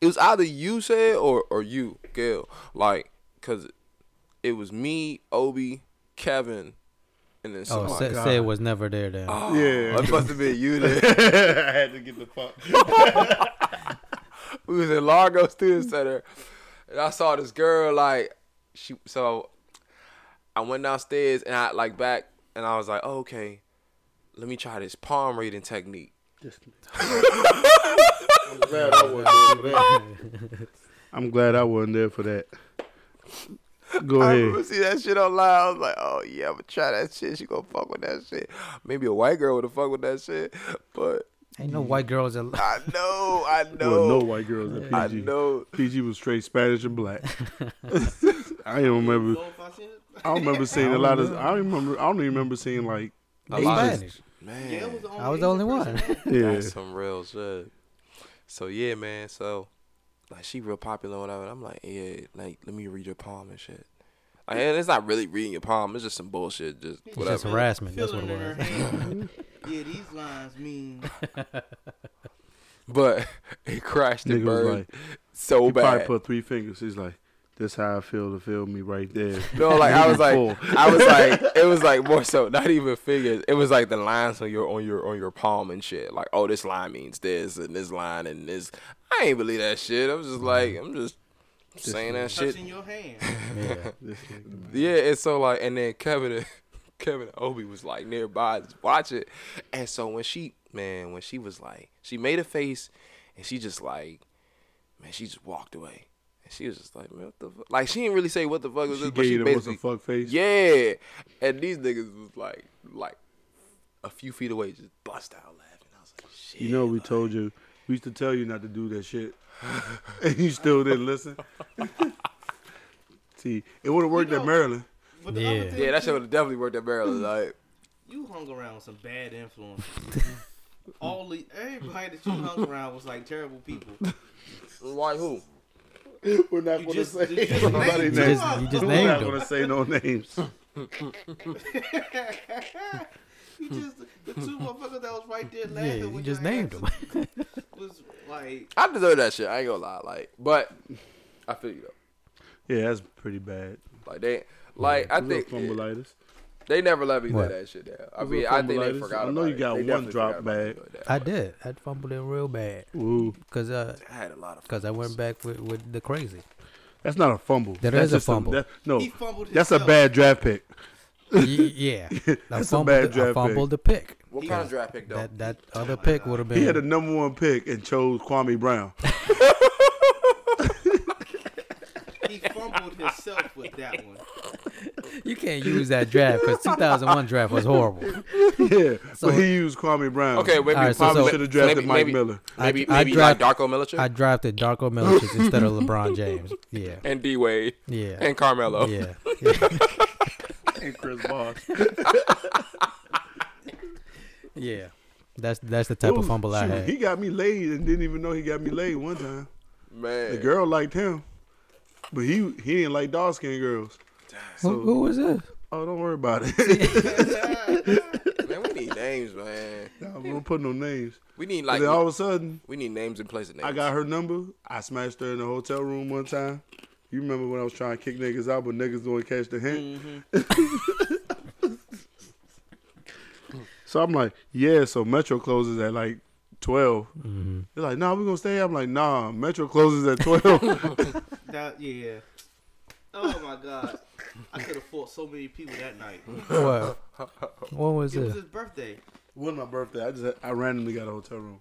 F: It was either you said or or you, Gail. Like, cause it was me, Obi, Kevin, and then
D: Oh,
F: someone.
D: say,
C: God.
D: say it was never there then. Oh,
C: Yeah.
F: it must have been you then.
C: (laughs)
F: (laughs)
C: I had to get the fuck.
F: we was in Largo Student Center, and I saw this girl like she. So I went downstairs and I like back and I was like, oh, okay, let me try this palm reading technique.
C: I'm glad I wasn't there for that. Go
F: I
C: ahead.
F: remember see that shit online. I was like, oh yeah, I'm gonna try that shit. She gonna fuck with that shit. Maybe a white girl would have fuck with that shit, but
D: Ain't no white girls that (laughs)
F: I know,
C: (laughs)
F: I know,
C: Well, no white girls at PG.
F: I know.
C: PG was straight Spanish and (laughs) black. I don't remember.
E: Blow my shit?
C: I don't remember seeing a lot of. I don't remember. I don't even remember seeing like.
F: A lot of-
D: Spanish.
F: man.
E: Yeah, it was the only
D: I was
C: (laughs)
D: the only
E: Asian person
D: one.
C: Yeah.
F: That's some real shit. So yeah, man. So like she real popular and whatever. and I'm like, yeah, like let me read your palm and shit. Like, and it's not really reading your palm. It's just some bullshit. Just
E: It's
F: whatever.
D: just harassment. That's what
E: Feeling in
D: it
E: her
D: was.
E: hand. yeah, these lines mean
F: but (laughs) it crashed and
C: Nigga was
F: burned
C: like,
F: so
C: he probably
F: bad.
C: put three fingers. He's like, "This how I feel to feel me right there."
F: No, like I was like,
C: Full.
F: I was like, it was like more so not even figures. It was like the lines on your on your on your palm and shit. Like, oh, this line means this, and this line and this. I ain't believe that shit. I was just like, I'm just saying that (laughs) shit.
E: touching your hand.
D: Yeah.
C: This nigga, man.
F: Yeah, and so like, and then Kevin, and, (laughs) Kevin and Obi was like nearby to watch it, and so when she, man, when she was like, she made a face, and she just like, man, she just walked away, and she was just like, man, what the fuck? Like she didn't really say what the fuck was
C: She
F: this, but
C: gave
F: she
C: you the what's the
F: basically,
C: fuck face.
F: yeah, and these niggas was like, like a few feet away, just bust out laughing. I was like, shit,
C: You know, we told you, we used to tell you not to do that shit, (laughs) and you still didn't listen. (laughs) See, it would have worked
E: You know-
C: at Maryland.
E: But the other
D: Yeah.
E: thing,
F: yeah, that shit would have definitely worked at Maryland. Like,
E: you hung around some bad influences. (laughs) All the everybody that you hung around was like terrible people.
F: why who?
C: We're not
E: You
C: gonna
E: just-
C: say (laughs)
E: you just
C: somebody's
E: named
D: You
C: name.
D: just, you just
C: We're
D: named
C: not
D: him.
C: gonna say no names.
E: (laughs) you just the two motherfuckers that was right there
D: (laughs) Yeah,
E: laughing.
D: you
E: when
D: just
E: your
D: named him.
E: ass Was like
F: I deserve that shit. I ain't gonna lie. Like, but I feel you though.
C: Yeah, that's pretty bad.
F: Like they, like I think
C: fumbleitis.
F: they never let me
D: What?
F: let that shit down. I
C: What's
F: mean,
C: up,
F: I think they
C: fumbleitis?
F: forgot.
C: I know
F: about
C: you
F: it.
C: got
F: They
C: one
F: definitely
C: drop
F: forgot about
C: bag.
F: me doing that,
D: (laughs) I
F: but uh,
D: did. I fumbled it real bad
C: Ooh,
D: because uh,
F: I had a lot of.
D: cause I went back with, with the crazy.
C: that's not a fumble.
D: That
C: that's
D: is a
C: just
D: fumble.
C: that- no,
E: he fumbled.
C: that's a
E: himself.
C: bad draft pick.
D: Y- yeah,
C: (laughs)
D: I
C: That's a
D: fumbled,
C: bad
D: the- I
C: draft
D: fumbled the pick.
F: What kind of draft pick though?
D: That that other pick would have
C: He had a
D: been.
C: number one pick and chose Kwame (laughs) Brown.
E: He fumbled himself with that one.
D: You can't use that draft because 2001 draft was horrible.
C: yeah,
D: So-
C: but he used Kwame Brown.
F: okay, maybe
D: Alright, so-
F: probably
D: so-
F: should have
C: drafted Mike
F: maybe,
C: Miller.
F: Maybe
D: I- I
F: maybe
D: draft-
F: like Darko Milicic
D: I drafted Darko Milicic instead of LeBron James. Yeah,
F: and D Wade
D: yeah,
F: and Carmelo.
D: yeah. yeah.
C: and Chris Bosh.
D: (laughs) Yeah, that's that's the type of fumble I
C: He
D: had.
C: got me laid and didn't even know he got me laid one time.
F: Man,
C: The girl liked him, but he he didn't like dark skinned girls.
D: Who, who was this?
C: Oh, don't worry about it. (laughs)
F: man, we need names, man.
C: Nah, we don't put no names.
F: We need
C: But
F: like
C: then all of a sudden,
F: we need names in place of names.
C: I got her number. I smashed her in the hotel room one time. You remember when I was trying to kick niggas out, but niggas don't catch the hint. (laughs) so I'm like, yeah. So Metro closes at like 12 They're like, nah, we gonna stay. I'm like, nah. Metro closes at twelve. (laughs)
E: That yeah. Oh my god, I could have fought so many people that night.
C: (laughs)
D: What? What was
E: It was
D: this?
E: his birthday.
C: wasn't my birthday. I just I randomly got a hotel room.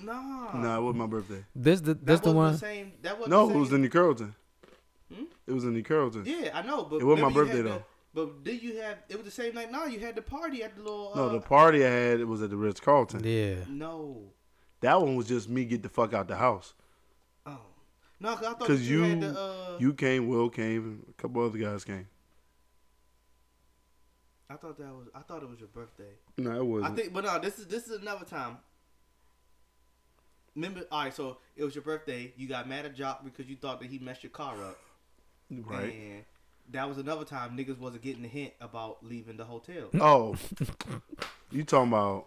E: Nah,
C: Nah, it wasn't my birthday.
D: This the
E: that
D: this the
E: wasn't
D: one?
E: The same, that wasn't
C: No,
E: the
C: it was
E: same-
C: in the Carrollton. It was in the Carrollton.
E: Hmm? Yeah, I know, but
C: It wasn't my
E: remember you
C: birthday,
E: had
C: though.
E: The, but did you have? It was the same night. No, you had the party at the little. Uh,
C: No, the party I had it was at the Ritz Carlton.
D: Yeah.
E: no.
C: That one was just me get the fuck out the house.
E: Oh. No, cause I thought
C: 'Cause
E: you, had
C: you-
E: the. Uh,
C: You came, Will came, a couple other guys came.
E: I thought that was. I thought it was your birthday.
C: No, it
E: I
C: wasn't.
E: think, but no, this is this is another time. Remember, all right. So it was your birthday. You got mad at Jock because you thought that he messed your car up.
C: right.
E: And that was another time niggas wasn't getting the hint about leaving the hotel.
C: Oh, you talking about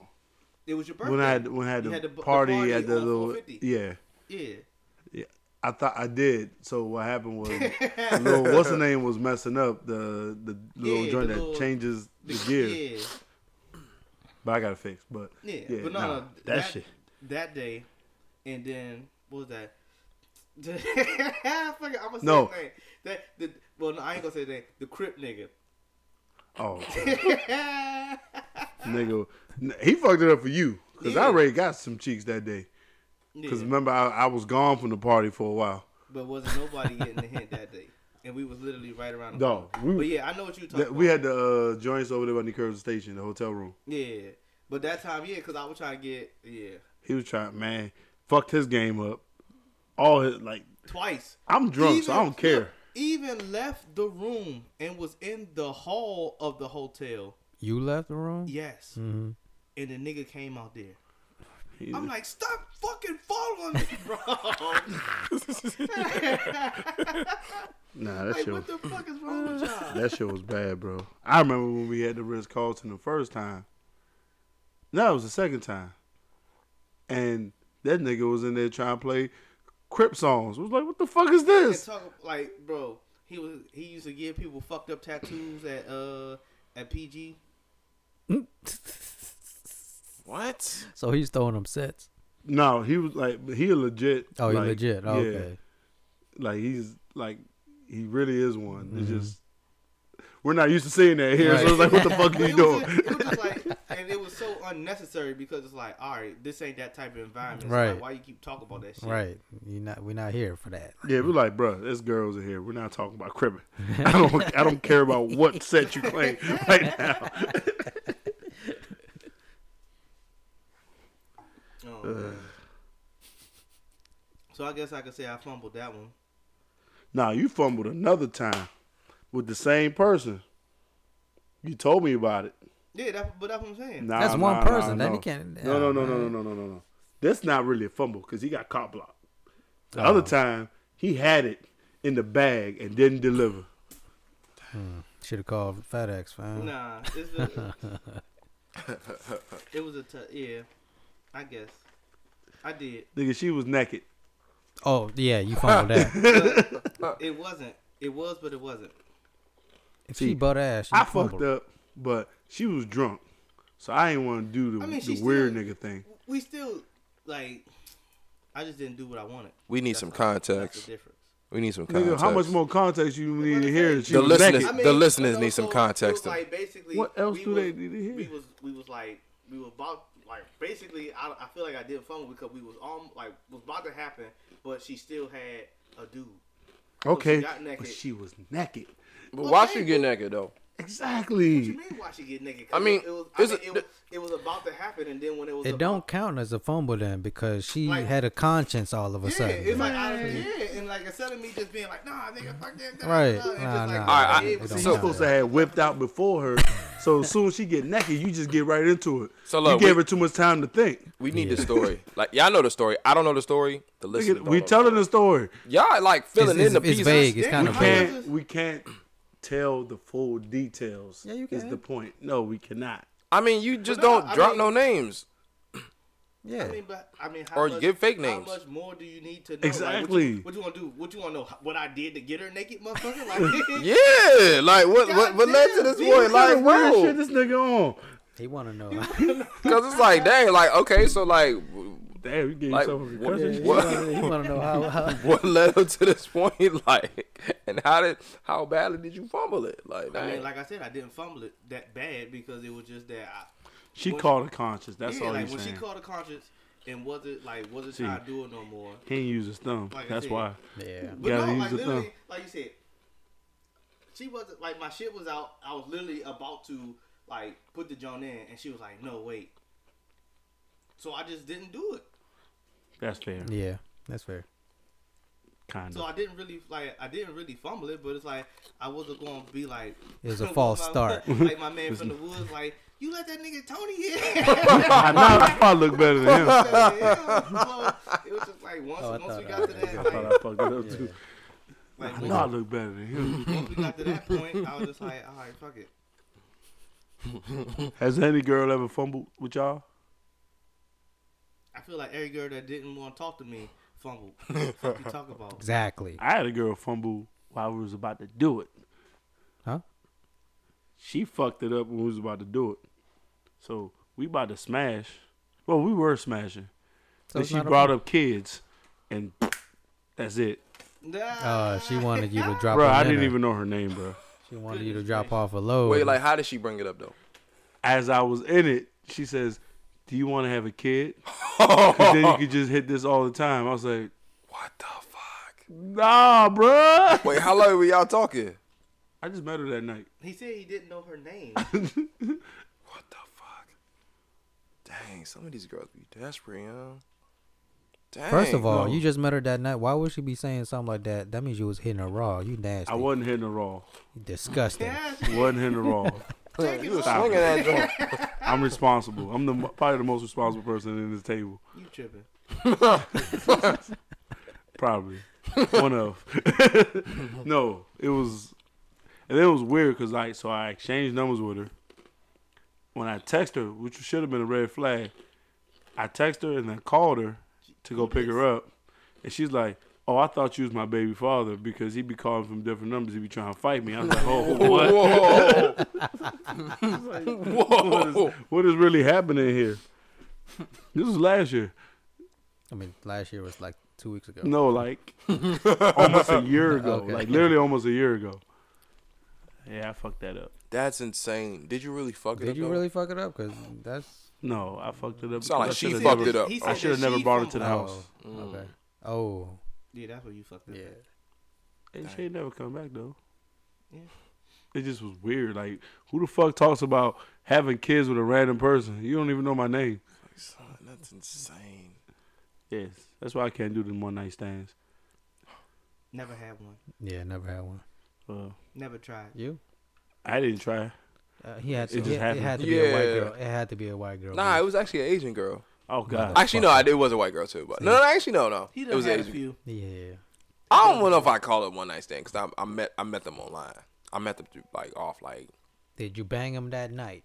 E: It was your birthday.
C: when I had when I had
E: You
C: the,
E: had the bu- the
C: party,
E: party
C: at the
E: on
C: little
E: 450.
C: yeah.
E: yeah.
C: I thought I did. So what happened
E: (laughs)
C: was, the little, what's the name was messing up the the little
E: Yeah,
C: joint
E: the
C: that
E: little-
C: changes
E: (laughs)
C: the gear.
E: Yeah.
C: But I got it fixed. But
E: Yeah,
C: yeah,
E: but no,
C: nah,
E: no,
C: that,
E: that
C: shit.
E: that day, and then what was that? (laughs) Fuck it, I'm gonna say
C: No.
E: his name. That the well, no, I ain't gonna say that. The Crip nigga.
C: (laughs) Oh, nigga, N- he fucked it up for you because I
E: Yeah.
C: already got some cheeks that day. Because
E: yeah.
C: remember, I, I was gone from the party for a while.
E: But wasn't nobody getting the hint that day, and we was literally right around. The
C: No,
E: corner.
C: we-
E: but yeah, I know what you talking
C: That-
E: about.
C: we had the uh, joints over there by the Curve Station, the hotel room.
E: yeah, but that time, yeah, because I was trying to get yeah
C: He was trying, man, fucked his game up. All his like,
E: twice.
C: I'm drunk, so I
E: Even-
C: don't care.
E: look, Even left the room and was in the hall of the hotel.
D: You left the room?
E: Yes,
D: Mhm.
E: and the nigga came out there.
C: He-
E: I'm like, stop fucking following me, (laughs) bro.
C: nah, that
E: like,
C: shit. Was,
E: what the fuck is wrong with y'all?
C: that shit was bad, bro. I remember when we had the Ritz Carlton the first time. No, it was the second time, and that nigga was in there trying to play Crip songs. I was like, what the fuck is
E: And
C: this?
E: talk like, bro, he was he used to give people fucked up tattoos at uh at PG.
F: What?
D: So he's throwing them sets.
C: No, he was like, he a legit.
D: Oh,
C: like,
D: he legit. Oh, okay.
C: like he's like he really is one. It's
D: Mm-hmm.
C: just we're not used to seeing that here, so it's like, what the fuck are you
E: It was,
C: doing?
D: (laughs)
E: just, it was just like, and it was so unnecessary because it's like, all right, this ain't that type of environment. It's
D: Right.
E: Like, why you keep talking about that shit?
D: Right. You not we're not here for that.
C: yeah, we're like, bruh, there's girls in here. We're not talking about cribbing. (laughs) I don't, I don't care about what set you play right now.
E: Oh, man. So I guess I could say I fumbled that one.
C: Now you fumbled another time with the same person. You told me about it.
E: Yeah, that, but that's what I'm saying.
C: Nah,
D: That's one
C: nah,
D: person.
C: Nah,
D: Then
C: no.
D: you can't-
C: No, no, no,
D: oh,
C: no, no, no, no, no, no. That's not really a fumble because he got caught blocked. The
D: Oh.
C: other time he had it in the bag and didn't deliver.
D: Should have called FedEx, fam.
E: Nah, it's
F: (laughs)
E: a, it was a tough. Yeah, I guess I did.
C: Nigga, she was naked.
D: Oh yeah, you fumbled that.
E: It wasn't. It was, but it wasn't.
D: If
C: See,
D: she butt ass, she
C: I
D: fumbled.
C: fucked up, but she was drunk, so I ain't want to do the,
E: I mean,
C: the
E: she
C: weird
E: still-
C: nigga thing.
E: We still like. I just didn't do what I wanted.
F: We need some
E: That's
F: context.
E: the difference.
F: We need some context.
C: Nigga, how much more context you need to hear? That she
F: The
C: was
F: listeners-
C: naked?
F: The listeners
E: but
F: need some
E: also,
F: context,
E: It was like basically,
C: What else
E: we
C: do
E: was,
C: they need to hear?
E: We was we was like we were about like basically. I, I feel like I did fumble because we was on like was about to happen, but she still had a dude.
C: okay,
E: she got naked.
C: but she was naked.
F: But why should you get naked though?
C: Exactly.
E: What you mean why she get naked? 'Cause
F: I mean,
E: it was, I
F: it's
E: mean
F: a-
E: it, was, it was about to happen, and then when it was
D: It
E: about-
D: don't count as a fumble then because she
E: Like-
D: had a conscience all of a
E: Yeah,
D: sudden.
E: it's like I, yeah, and like instead of me just being like, nah, nigga, fuck that, nah,
D: Right.
E: nah, and just
D: Nah,
E: like,
D: nah.
F: Alright, I-
E: it
D: it
E: was-
D: don't
C: She's
D: count.
C: supposed to have whipped out before her, so as soon as she get naked, you just get right into it.
F: So look,
C: you gave
F: we-
C: her too much time to think.
F: We need the story. Like y'all know the story. I don't know the story. The listeners
C: Nigga,
F: don't
C: we
F: know the
C: telling
F: story.
C: the story.
F: y'all like
D: it's,
F: filling in
D: it's,
F: the
D: it's
F: pieces.
D: vague. It's
E: Yeah,
D: kind
E: you
D: of
E: can't-
D: vague.
C: Can't we can't tell the full details?
D: Yeah, you
C: Is
D: can.
C: the point? No, we cannot.
F: I mean, you just
E: no,
F: don't
E: I
F: drop
E: mean-
F: no names.
D: Yeah.
E: I mean, but I mean, how
F: Or
E: much,
F: give fake
E: How
F: names.
E: much more do you need to know?
C: Exactly.
E: Like, what, you, what you wanna do? What you wanna know? What I did to get her naked, motherfucker?
F: (laughs)
E: Like, (laughs)
F: Yeah, like what what, what led to this
E: Goddamn,
F: point?
E: dude,
F: Like,
C: Where
F: bro,
C: shit this nigga on?
D: He want to know.
F: because it's like, dang, like okay, so like, (laughs) w-
C: Damn, you gave
F: like
C: yourself a
F: what,
C: concussion.
F: what,
D: (laughs) he want to know how, how.
F: what led up to this point? (laughs) Like, and how did how badly did you fumble it? Like,
E: I mean,
F: dang.
E: like I said, I didn't fumble it that bad because it was just that. I,
C: She
E: What-
C: called a conscious. That's
E: yeah,
C: all
E: like
C: he's
E: when
C: saying.
E: she called a conscience and wasn't like wasn't trying to do it no more.
C: he ain't use his thumb.
E: Like I
C: That's
E: said.
C: why.
D: Yeah.
E: But
C: gotta
E: no,
C: use
E: like
C: the
E: literally,
C: thumb.
E: like you said, she wasn't like my shit was out. I was literally about to like put the joint in, and she was like, "No, wait." So I just didn't do it.
C: That's fair.
D: Yeah. That's fair.
C: Kind
E: So
C: (laughs) of.
E: I didn't really like I didn't really fumble it, but it's like I wasn't going to be like
D: It
E: (laughs)
D: was a false start.
E: like my man
D: (laughs)
E: from the woods, like you let that nigga Tony in. (laughs)
C: I now I probably look better than him. I
E: So, it was just like once,
D: Oh, I
E: once we
D: thought
E: got to that,
C: thought I
E: like,
C: fucked it up too.
E: like
C: I
E: once,
C: know I look better than him.
E: once we got to that point, I was just like, all right, fuck it.
C: Has any girl ever fumbled with y'all?
E: I feel like every girl that didn't want to talk to me
F: (laughs)
E: fumbled. Fuck you talk about?
D: Exactly.
C: I had a girl fumble while we was about to do it.
D: Huh?
C: She fucked it up when we was about to do it. So we about to smash. Well, we were smashing.
D: So
C: then
D: it's
C: she
D: not a
C: brought
D: fumble.
C: up kids, and (sniffs) that's it.
D: (laughs) Uh, she wanted you to drop.
C: Bro,
D: a
C: I didn't
D: winner.
C: even know her name, bro.
D: She wanted you to drop off a load.
F: Wait, like, how did she bring it up though? (laughs)
C: As I was in it, she says, "Do you want to have a
D: (laughs)
C: kid? 'Cause then you could just hit this all the time." I was like,
F: What the fuck?
C: "Nah, bro."
F: Wait, how long were y'all talking?
C: I just met her that night.
E: He said he didn't know
F: (laughs)
E: her name.
F: What the fuck? Dang, some of these girls be desperate, huh? Dang.
D: First of all,
C: no.
D: you just met her that night. Why would she be saying something like that? That means you was hitting her raw. You nasty.
C: I wasn't hitting her raw.
D: Disgusting.
E: Yeah,
D: (laughs)
E: she
C: Wasn't hitting her raw.
E: was taking
F: you was
E: off.
F: swinging that joint.
C: I'm responsible. I'm the mo- probably the most responsible person in this table.
E: You tripping?
C: Probably one of. (laughs) no, it was, and it was weird because like so I exchanged numbers with her. When I text her, which should have been a red flag, I text her and then called her to go pick her up, and she's like. Oh, I thought you was my baby father because he be calling from different numbers. He be trying to fight me. I was like, oh, (laughs) what?
F: Whoa.
C: what, is, what is really happening here? This was last year.
D: I mean, last year was like two weeks ago.
C: No, (laughs) like almost a year ago.
D: Okay.
C: Like literally almost a year ago. Yeah, I fucked that up.
F: That's insane. Did you really fuck it up?
D: Did you
F: though?
D: really fuck it up? Cause that's
C: No, I fucked it up.
F: Sound like
C: I
F: she
C: should've
F: fucked
C: never-
F: it up.
E: He said
C: I should have
E: that
C: never
E: she
C: brought it to
E: fumbled.
C: the house.
D: Oh, okay. Oh,
E: Yeah, that's what you fucked up.
D: yeah.
E: at.
C: And she ain't never come back though.
E: Yeah.
C: It just was weird. Like, who the fuck talks about having kids with a random person? You don't even know my name.
F: Son, That's insane.
C: Yes, that's why I can't do them one night stands.
E: Never had one.
D: Yeah, never had one.
C: Uh,
E: Never tried.
D: You?
C: I didn't try.
D: Uh, he had
C: It
D: to.
C: just
D: It, it
C: happened.
D: had to be a white
F: Yeah.
D: girl. It had to be a white girl.
F: Nah, it was actually an Asian girl.
C: Oh God,
F: Actually, no, I, it was a white girl too. But no, no, actually, no, no,
E: He
F: it
E: done
F: was an
E: had a
F: Asian.
E: few.
F: (laughs)
D: yeah.
F: I don't know if I call it one night stand because I, I met I met them online. I met them through, like off like
D: Did you bang him that night?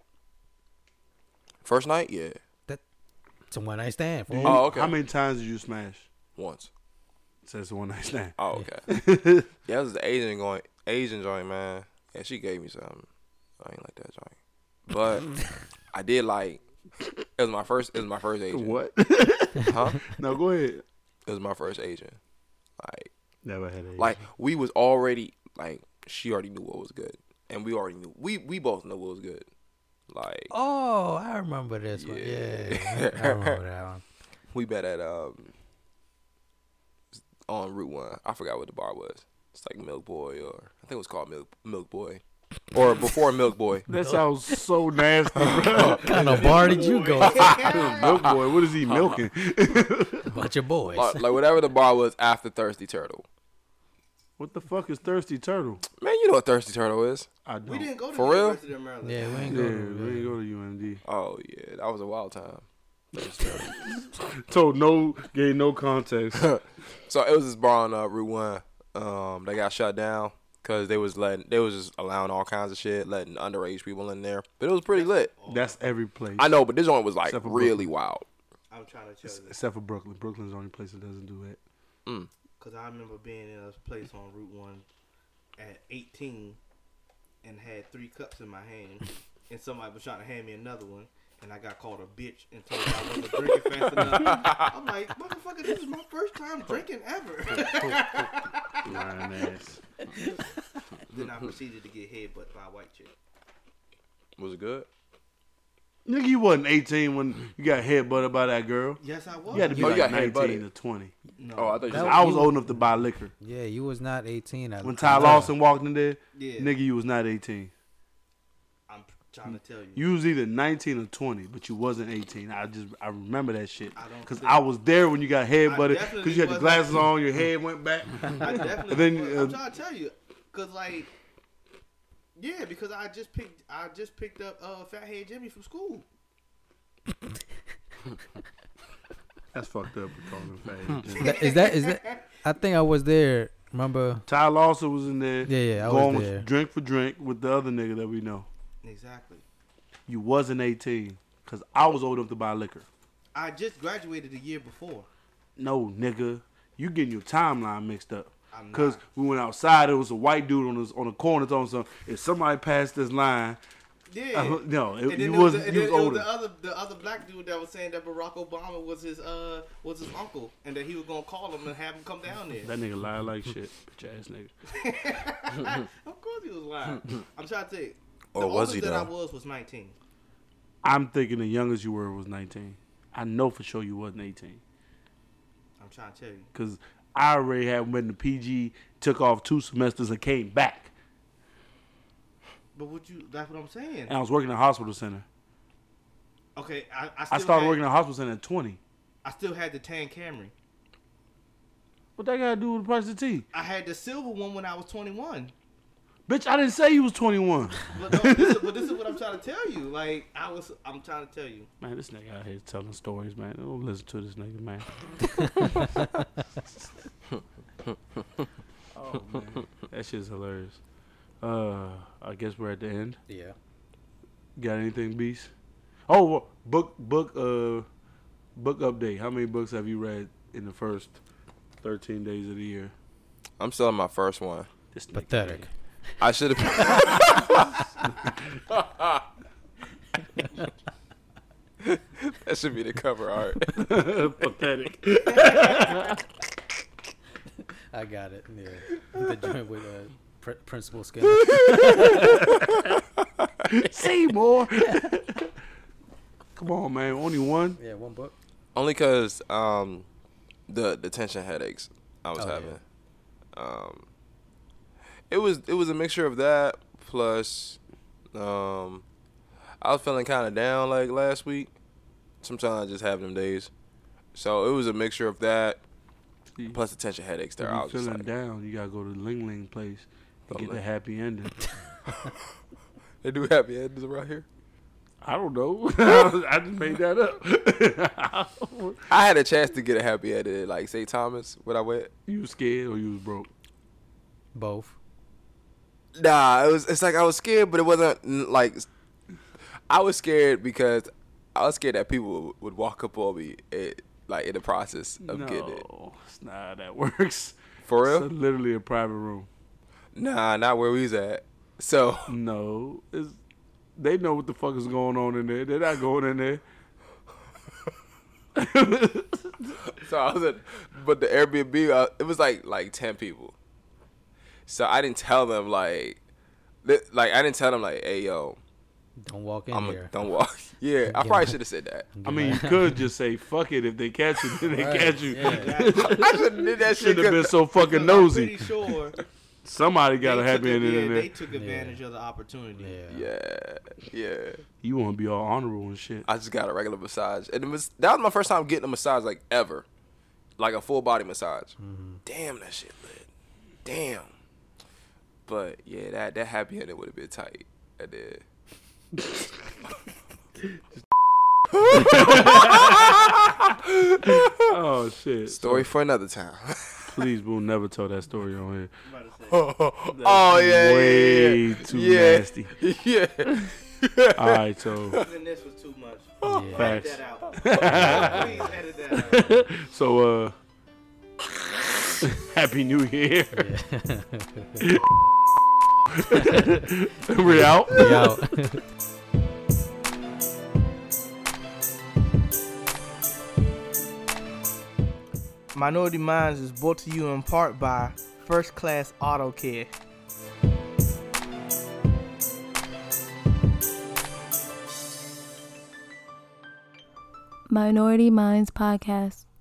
F: first night, yeah,
D: It's a one night stand.
C: Do you-
D: fool.
F: Oh, okay.
C: How many times did you smash?
F: once.
C: Says the one night stand.
F: Oh okay. yeah,
E: (laughs)
F: that was the Asian going Asian joint, man. Yeah, she gave me something. I ain't like that joint, but I did like. It was my first. It was my first Asian.
C: What?
F: Huh?
C: (laughs) no, go ahead.
F: It was my first Asian. Like
C: Never had a
F: like we was already like she already knew what was good, and we already knew we we both knew what was good. Like
D: Oh, I remember this one. Yeah,
C: (laughs)
D: I remember that one.
F: we met at um on Route One. I forgot what the bar was. It's like Milk Boy or I think it was called Milk Milk Boy or before Milk Boy.
C: That sounds so nasty. (laughs)
D: What kind of bar did you go to?
C: milk boy, what is he milking?
D: (laughs) Bunch of boys.
F: Like, like whatever the bar was after Thirsty Turtle.
C: (laughs) what the fuck is thirsty turtle?
F: Man, you know what Thirsty Turtle is?
C: I don't.
E: We didn't go to
F: For
E: the
F: real?
E: University of Maryland.
D: Yeah, we ain't
C: yeah,
D: go
C: we
D: to
C: didn't go to UMD.
F: Oh yeah, that was a wild time.
C: Told no, gave no context.
F: So it was this bar on uh, Route One. Um, they got shut down because they was letting they was just allowing all kinds of shit, letting underage people in there. But it was pretty lit.
C: (laughs) That's every place.
F: I know, but this one was like
C: Except for
F: really wild.
E: I'm trying to tell you
C: Except for Brooklyn. Brooklyn's the only place that doesn't do that.
E: because I remember being in a place on Route One at 18 and had three cups in my hand, and somebody was trying to hand me another one. And I got called a bitch and told I wasn't drinking fast enough.
C: (laughs)
E: I'm like, motherfucker, this is my first time drinking ever. (laughs)
C: Lying ass.
E: then I proceeded to get headbutt by a white chick.
F: Was it good?
C: Nigga, you wasn't 18 when you got headbutted by that girl.
E: Yes, I was.
C: You had to be
F: Oh, you
C: like
F: got
C: 19
F: headbutted.
C: or 20.
E: no.
F: Oh, I thought you
D: That
F: said.
C: I was old enough to buy liquor.
D: Yeah, you was not eighteen. I,
C: When Ty
D: I-
C: Lawson walked in there,
E: Yeah.
C: nigga, you was not 18.
E: I'm trying to tell you.
C: Oh, You was either 19 or 20, but you wasn't 18. I just I remember that shit
E: I don't
C: because
E: think-
C: I, was there when you got headbutted
E: definitely
C: because you had the
E: wasn't.
C: glasses on, your head went (laughs) back.
E: I definitely.
C: Then,
E: was.
C: uh,
E: I'm trying to tell you, cause like, yeah, because I just picked, I just picked up uh, Fathead Jimmy from school.
C: That's fucked up. we Calling him fat.
D: That- Is that is that? I think I was there. Remember?
C: Ty Lawson was in there.
D: Yeah, yeah, I was
C: going with
D: there.
C: drink for drink with the other nigga that we know.
E: Exactly.
C: You wasn't 18 because I was old enough to buy liquor.
E: I just graduated the year before.
C: Uh, No, nigga, you getting your timeline mixed up.
E: I'm not.
C: Cause we went outside. It was a white dude on this on the corner throwing something. If somebody passed this line,
E: Yeah.
C: Uh, no, it-
E: And then
C: you
E: there
C: was-
E: the- and
C: you was
E: then there
C: older.
E: the other, the other black dude that was saying that Barack Obama was his, uh, was his uncle, and that he was gonna call him and have him come down there.
C: that nigga lied like shit. Bitch ass nigga.
E: of course, he
C: (laughs)
E: was lying. I'm trying to tell you.
F: Or
E: the
F: was
E: oldest
F: he,
E: that I
F: though?
E: was was 19.
C: I'm thinking the youngest you were was 19. I know for sure you wasn't 18
E: I'm trying to tell you.
C: because I already had when the PG took off two semesters and came back,
E: But would you? That's what I'm saying.
C: and I was working at a hospital center.
E: Okay, I, I, still
C: I started
E: had,
C: working at a hospital center at 20.
E: I still had the tan Camry.
C: What that got to do with the price of tea?
E: I had the silver one when I was 21.
C: Bitch, I didn't say you was 21.
E: But, no, this is, but this is what I'm trying to tell you. Like I was, I'm trying to tell you.
C: (laughs) Man, this nigga out here telling stories, man. Don't listen to this nigga,
E: (laughs)
C: man. (laughs) oh man, that shit's hilarious. Uh, I guess we're at the end.
D: Yeah.
C: Got anything, Beast? Oh, well, book book uh book update. How many books have you read in the first 13 days of the year?
F: I'm selling my first one.
C: This nigga,
D: Pathetic.
F: I (laughs) should have. that should be the cover art.
C: (laughs) pathetic.
D: I got it. Yeah.
C: (laughs)
D: The joint with uh, pr- (laughs) Principal Skinner.
C: Seymour. (laughs) Come on, man. Only one.
D: yeah, one book.
F: Only because um, the the tension headaches I was
D: Oh, yeah.
F: having. Um, it was it was a mixture of that plus, um, I was feeling kind of down like last week. Sometimes I just have them days, so it was a mixture of that
C: See,
F: plus the tension headaches.
C: if
F: There, I
C: you're
F: was just
C: feeling
F: like,
C: down, you gotta go to Ling Ling place and
F: Oh,
C: get the
F: Ling-
C: happy ending.
F: they do happy endings around here.
C: I don't know. (laughs) I just made that up. (laughs)
F: I had a chance to get a happy ending, at, like St. Thomas when I went.
C: you was scared or you was broke?
D: Both.
F: Nah, it was. It's like I was scared, but it wasn't mm, like I was scared because I was scared that people would, would walk up on me, it, like in the process of
C: no,
F: getting it.
C: it's not how that (laughs) works.
F: For real?
C: It's literally a private room.
F: Nah, not where we was at. So (laughs)
C: No, it's they know what the fuck is going on in there. They're not going in there.
F: So I was at, but the Airbnb, uh, it was like like ten people. So I didn't tell them like, li- like I didn't tell them like, hey yo,
D: Don't walk in
F: I'm a,
D: here.
F: don't walk. (laughs) Yeah, I probably should have said that. (laughs)
C: I mean, you could just say "fuck it" if they catch you. (laughs) Then they
D: Right,
C: catch you.
D: yeah.
F: I should have did that shit.
C: Should have
F: 'cause-
C: been so fucking
E: I'm
C: nosy. (laughs)
E: pretty sure
C: Somebody got a
E: they
C: happy
E: took,
C: ending
E: yeah,
C: in
E: they
C: there.
E: took advantage of the opportunity.
D: Yeah.
F: Yeah, yeah.
C: You want to be all honorable and shit.
F: I just got a regular massage, and it was, that was my first time getting a massage like ever, like a full body massage. Damn, that shit lit. Damn. But yeah, that that happy ending would have been tight. I did.
C: Oh shit!
F: Story for another time. (laughs)
C: Please, boo, never tell that story on here.
F: oh yeah, yeah,
C: way
F: yeah, yeah.
C: too
F: yeah.
C: nasty.
F: (laughs) Yeah.
C: All right, so
E: Even this was too much. Edit
C: facts.
E: that (laughs) out. Please edit that out.
C: So, uh, (laughs) happy New Year. (laughs) we out.
D: We out.
E: Minority Minds is brought to you in part by First Class Auto Care.
B: Minority Minds Podcast.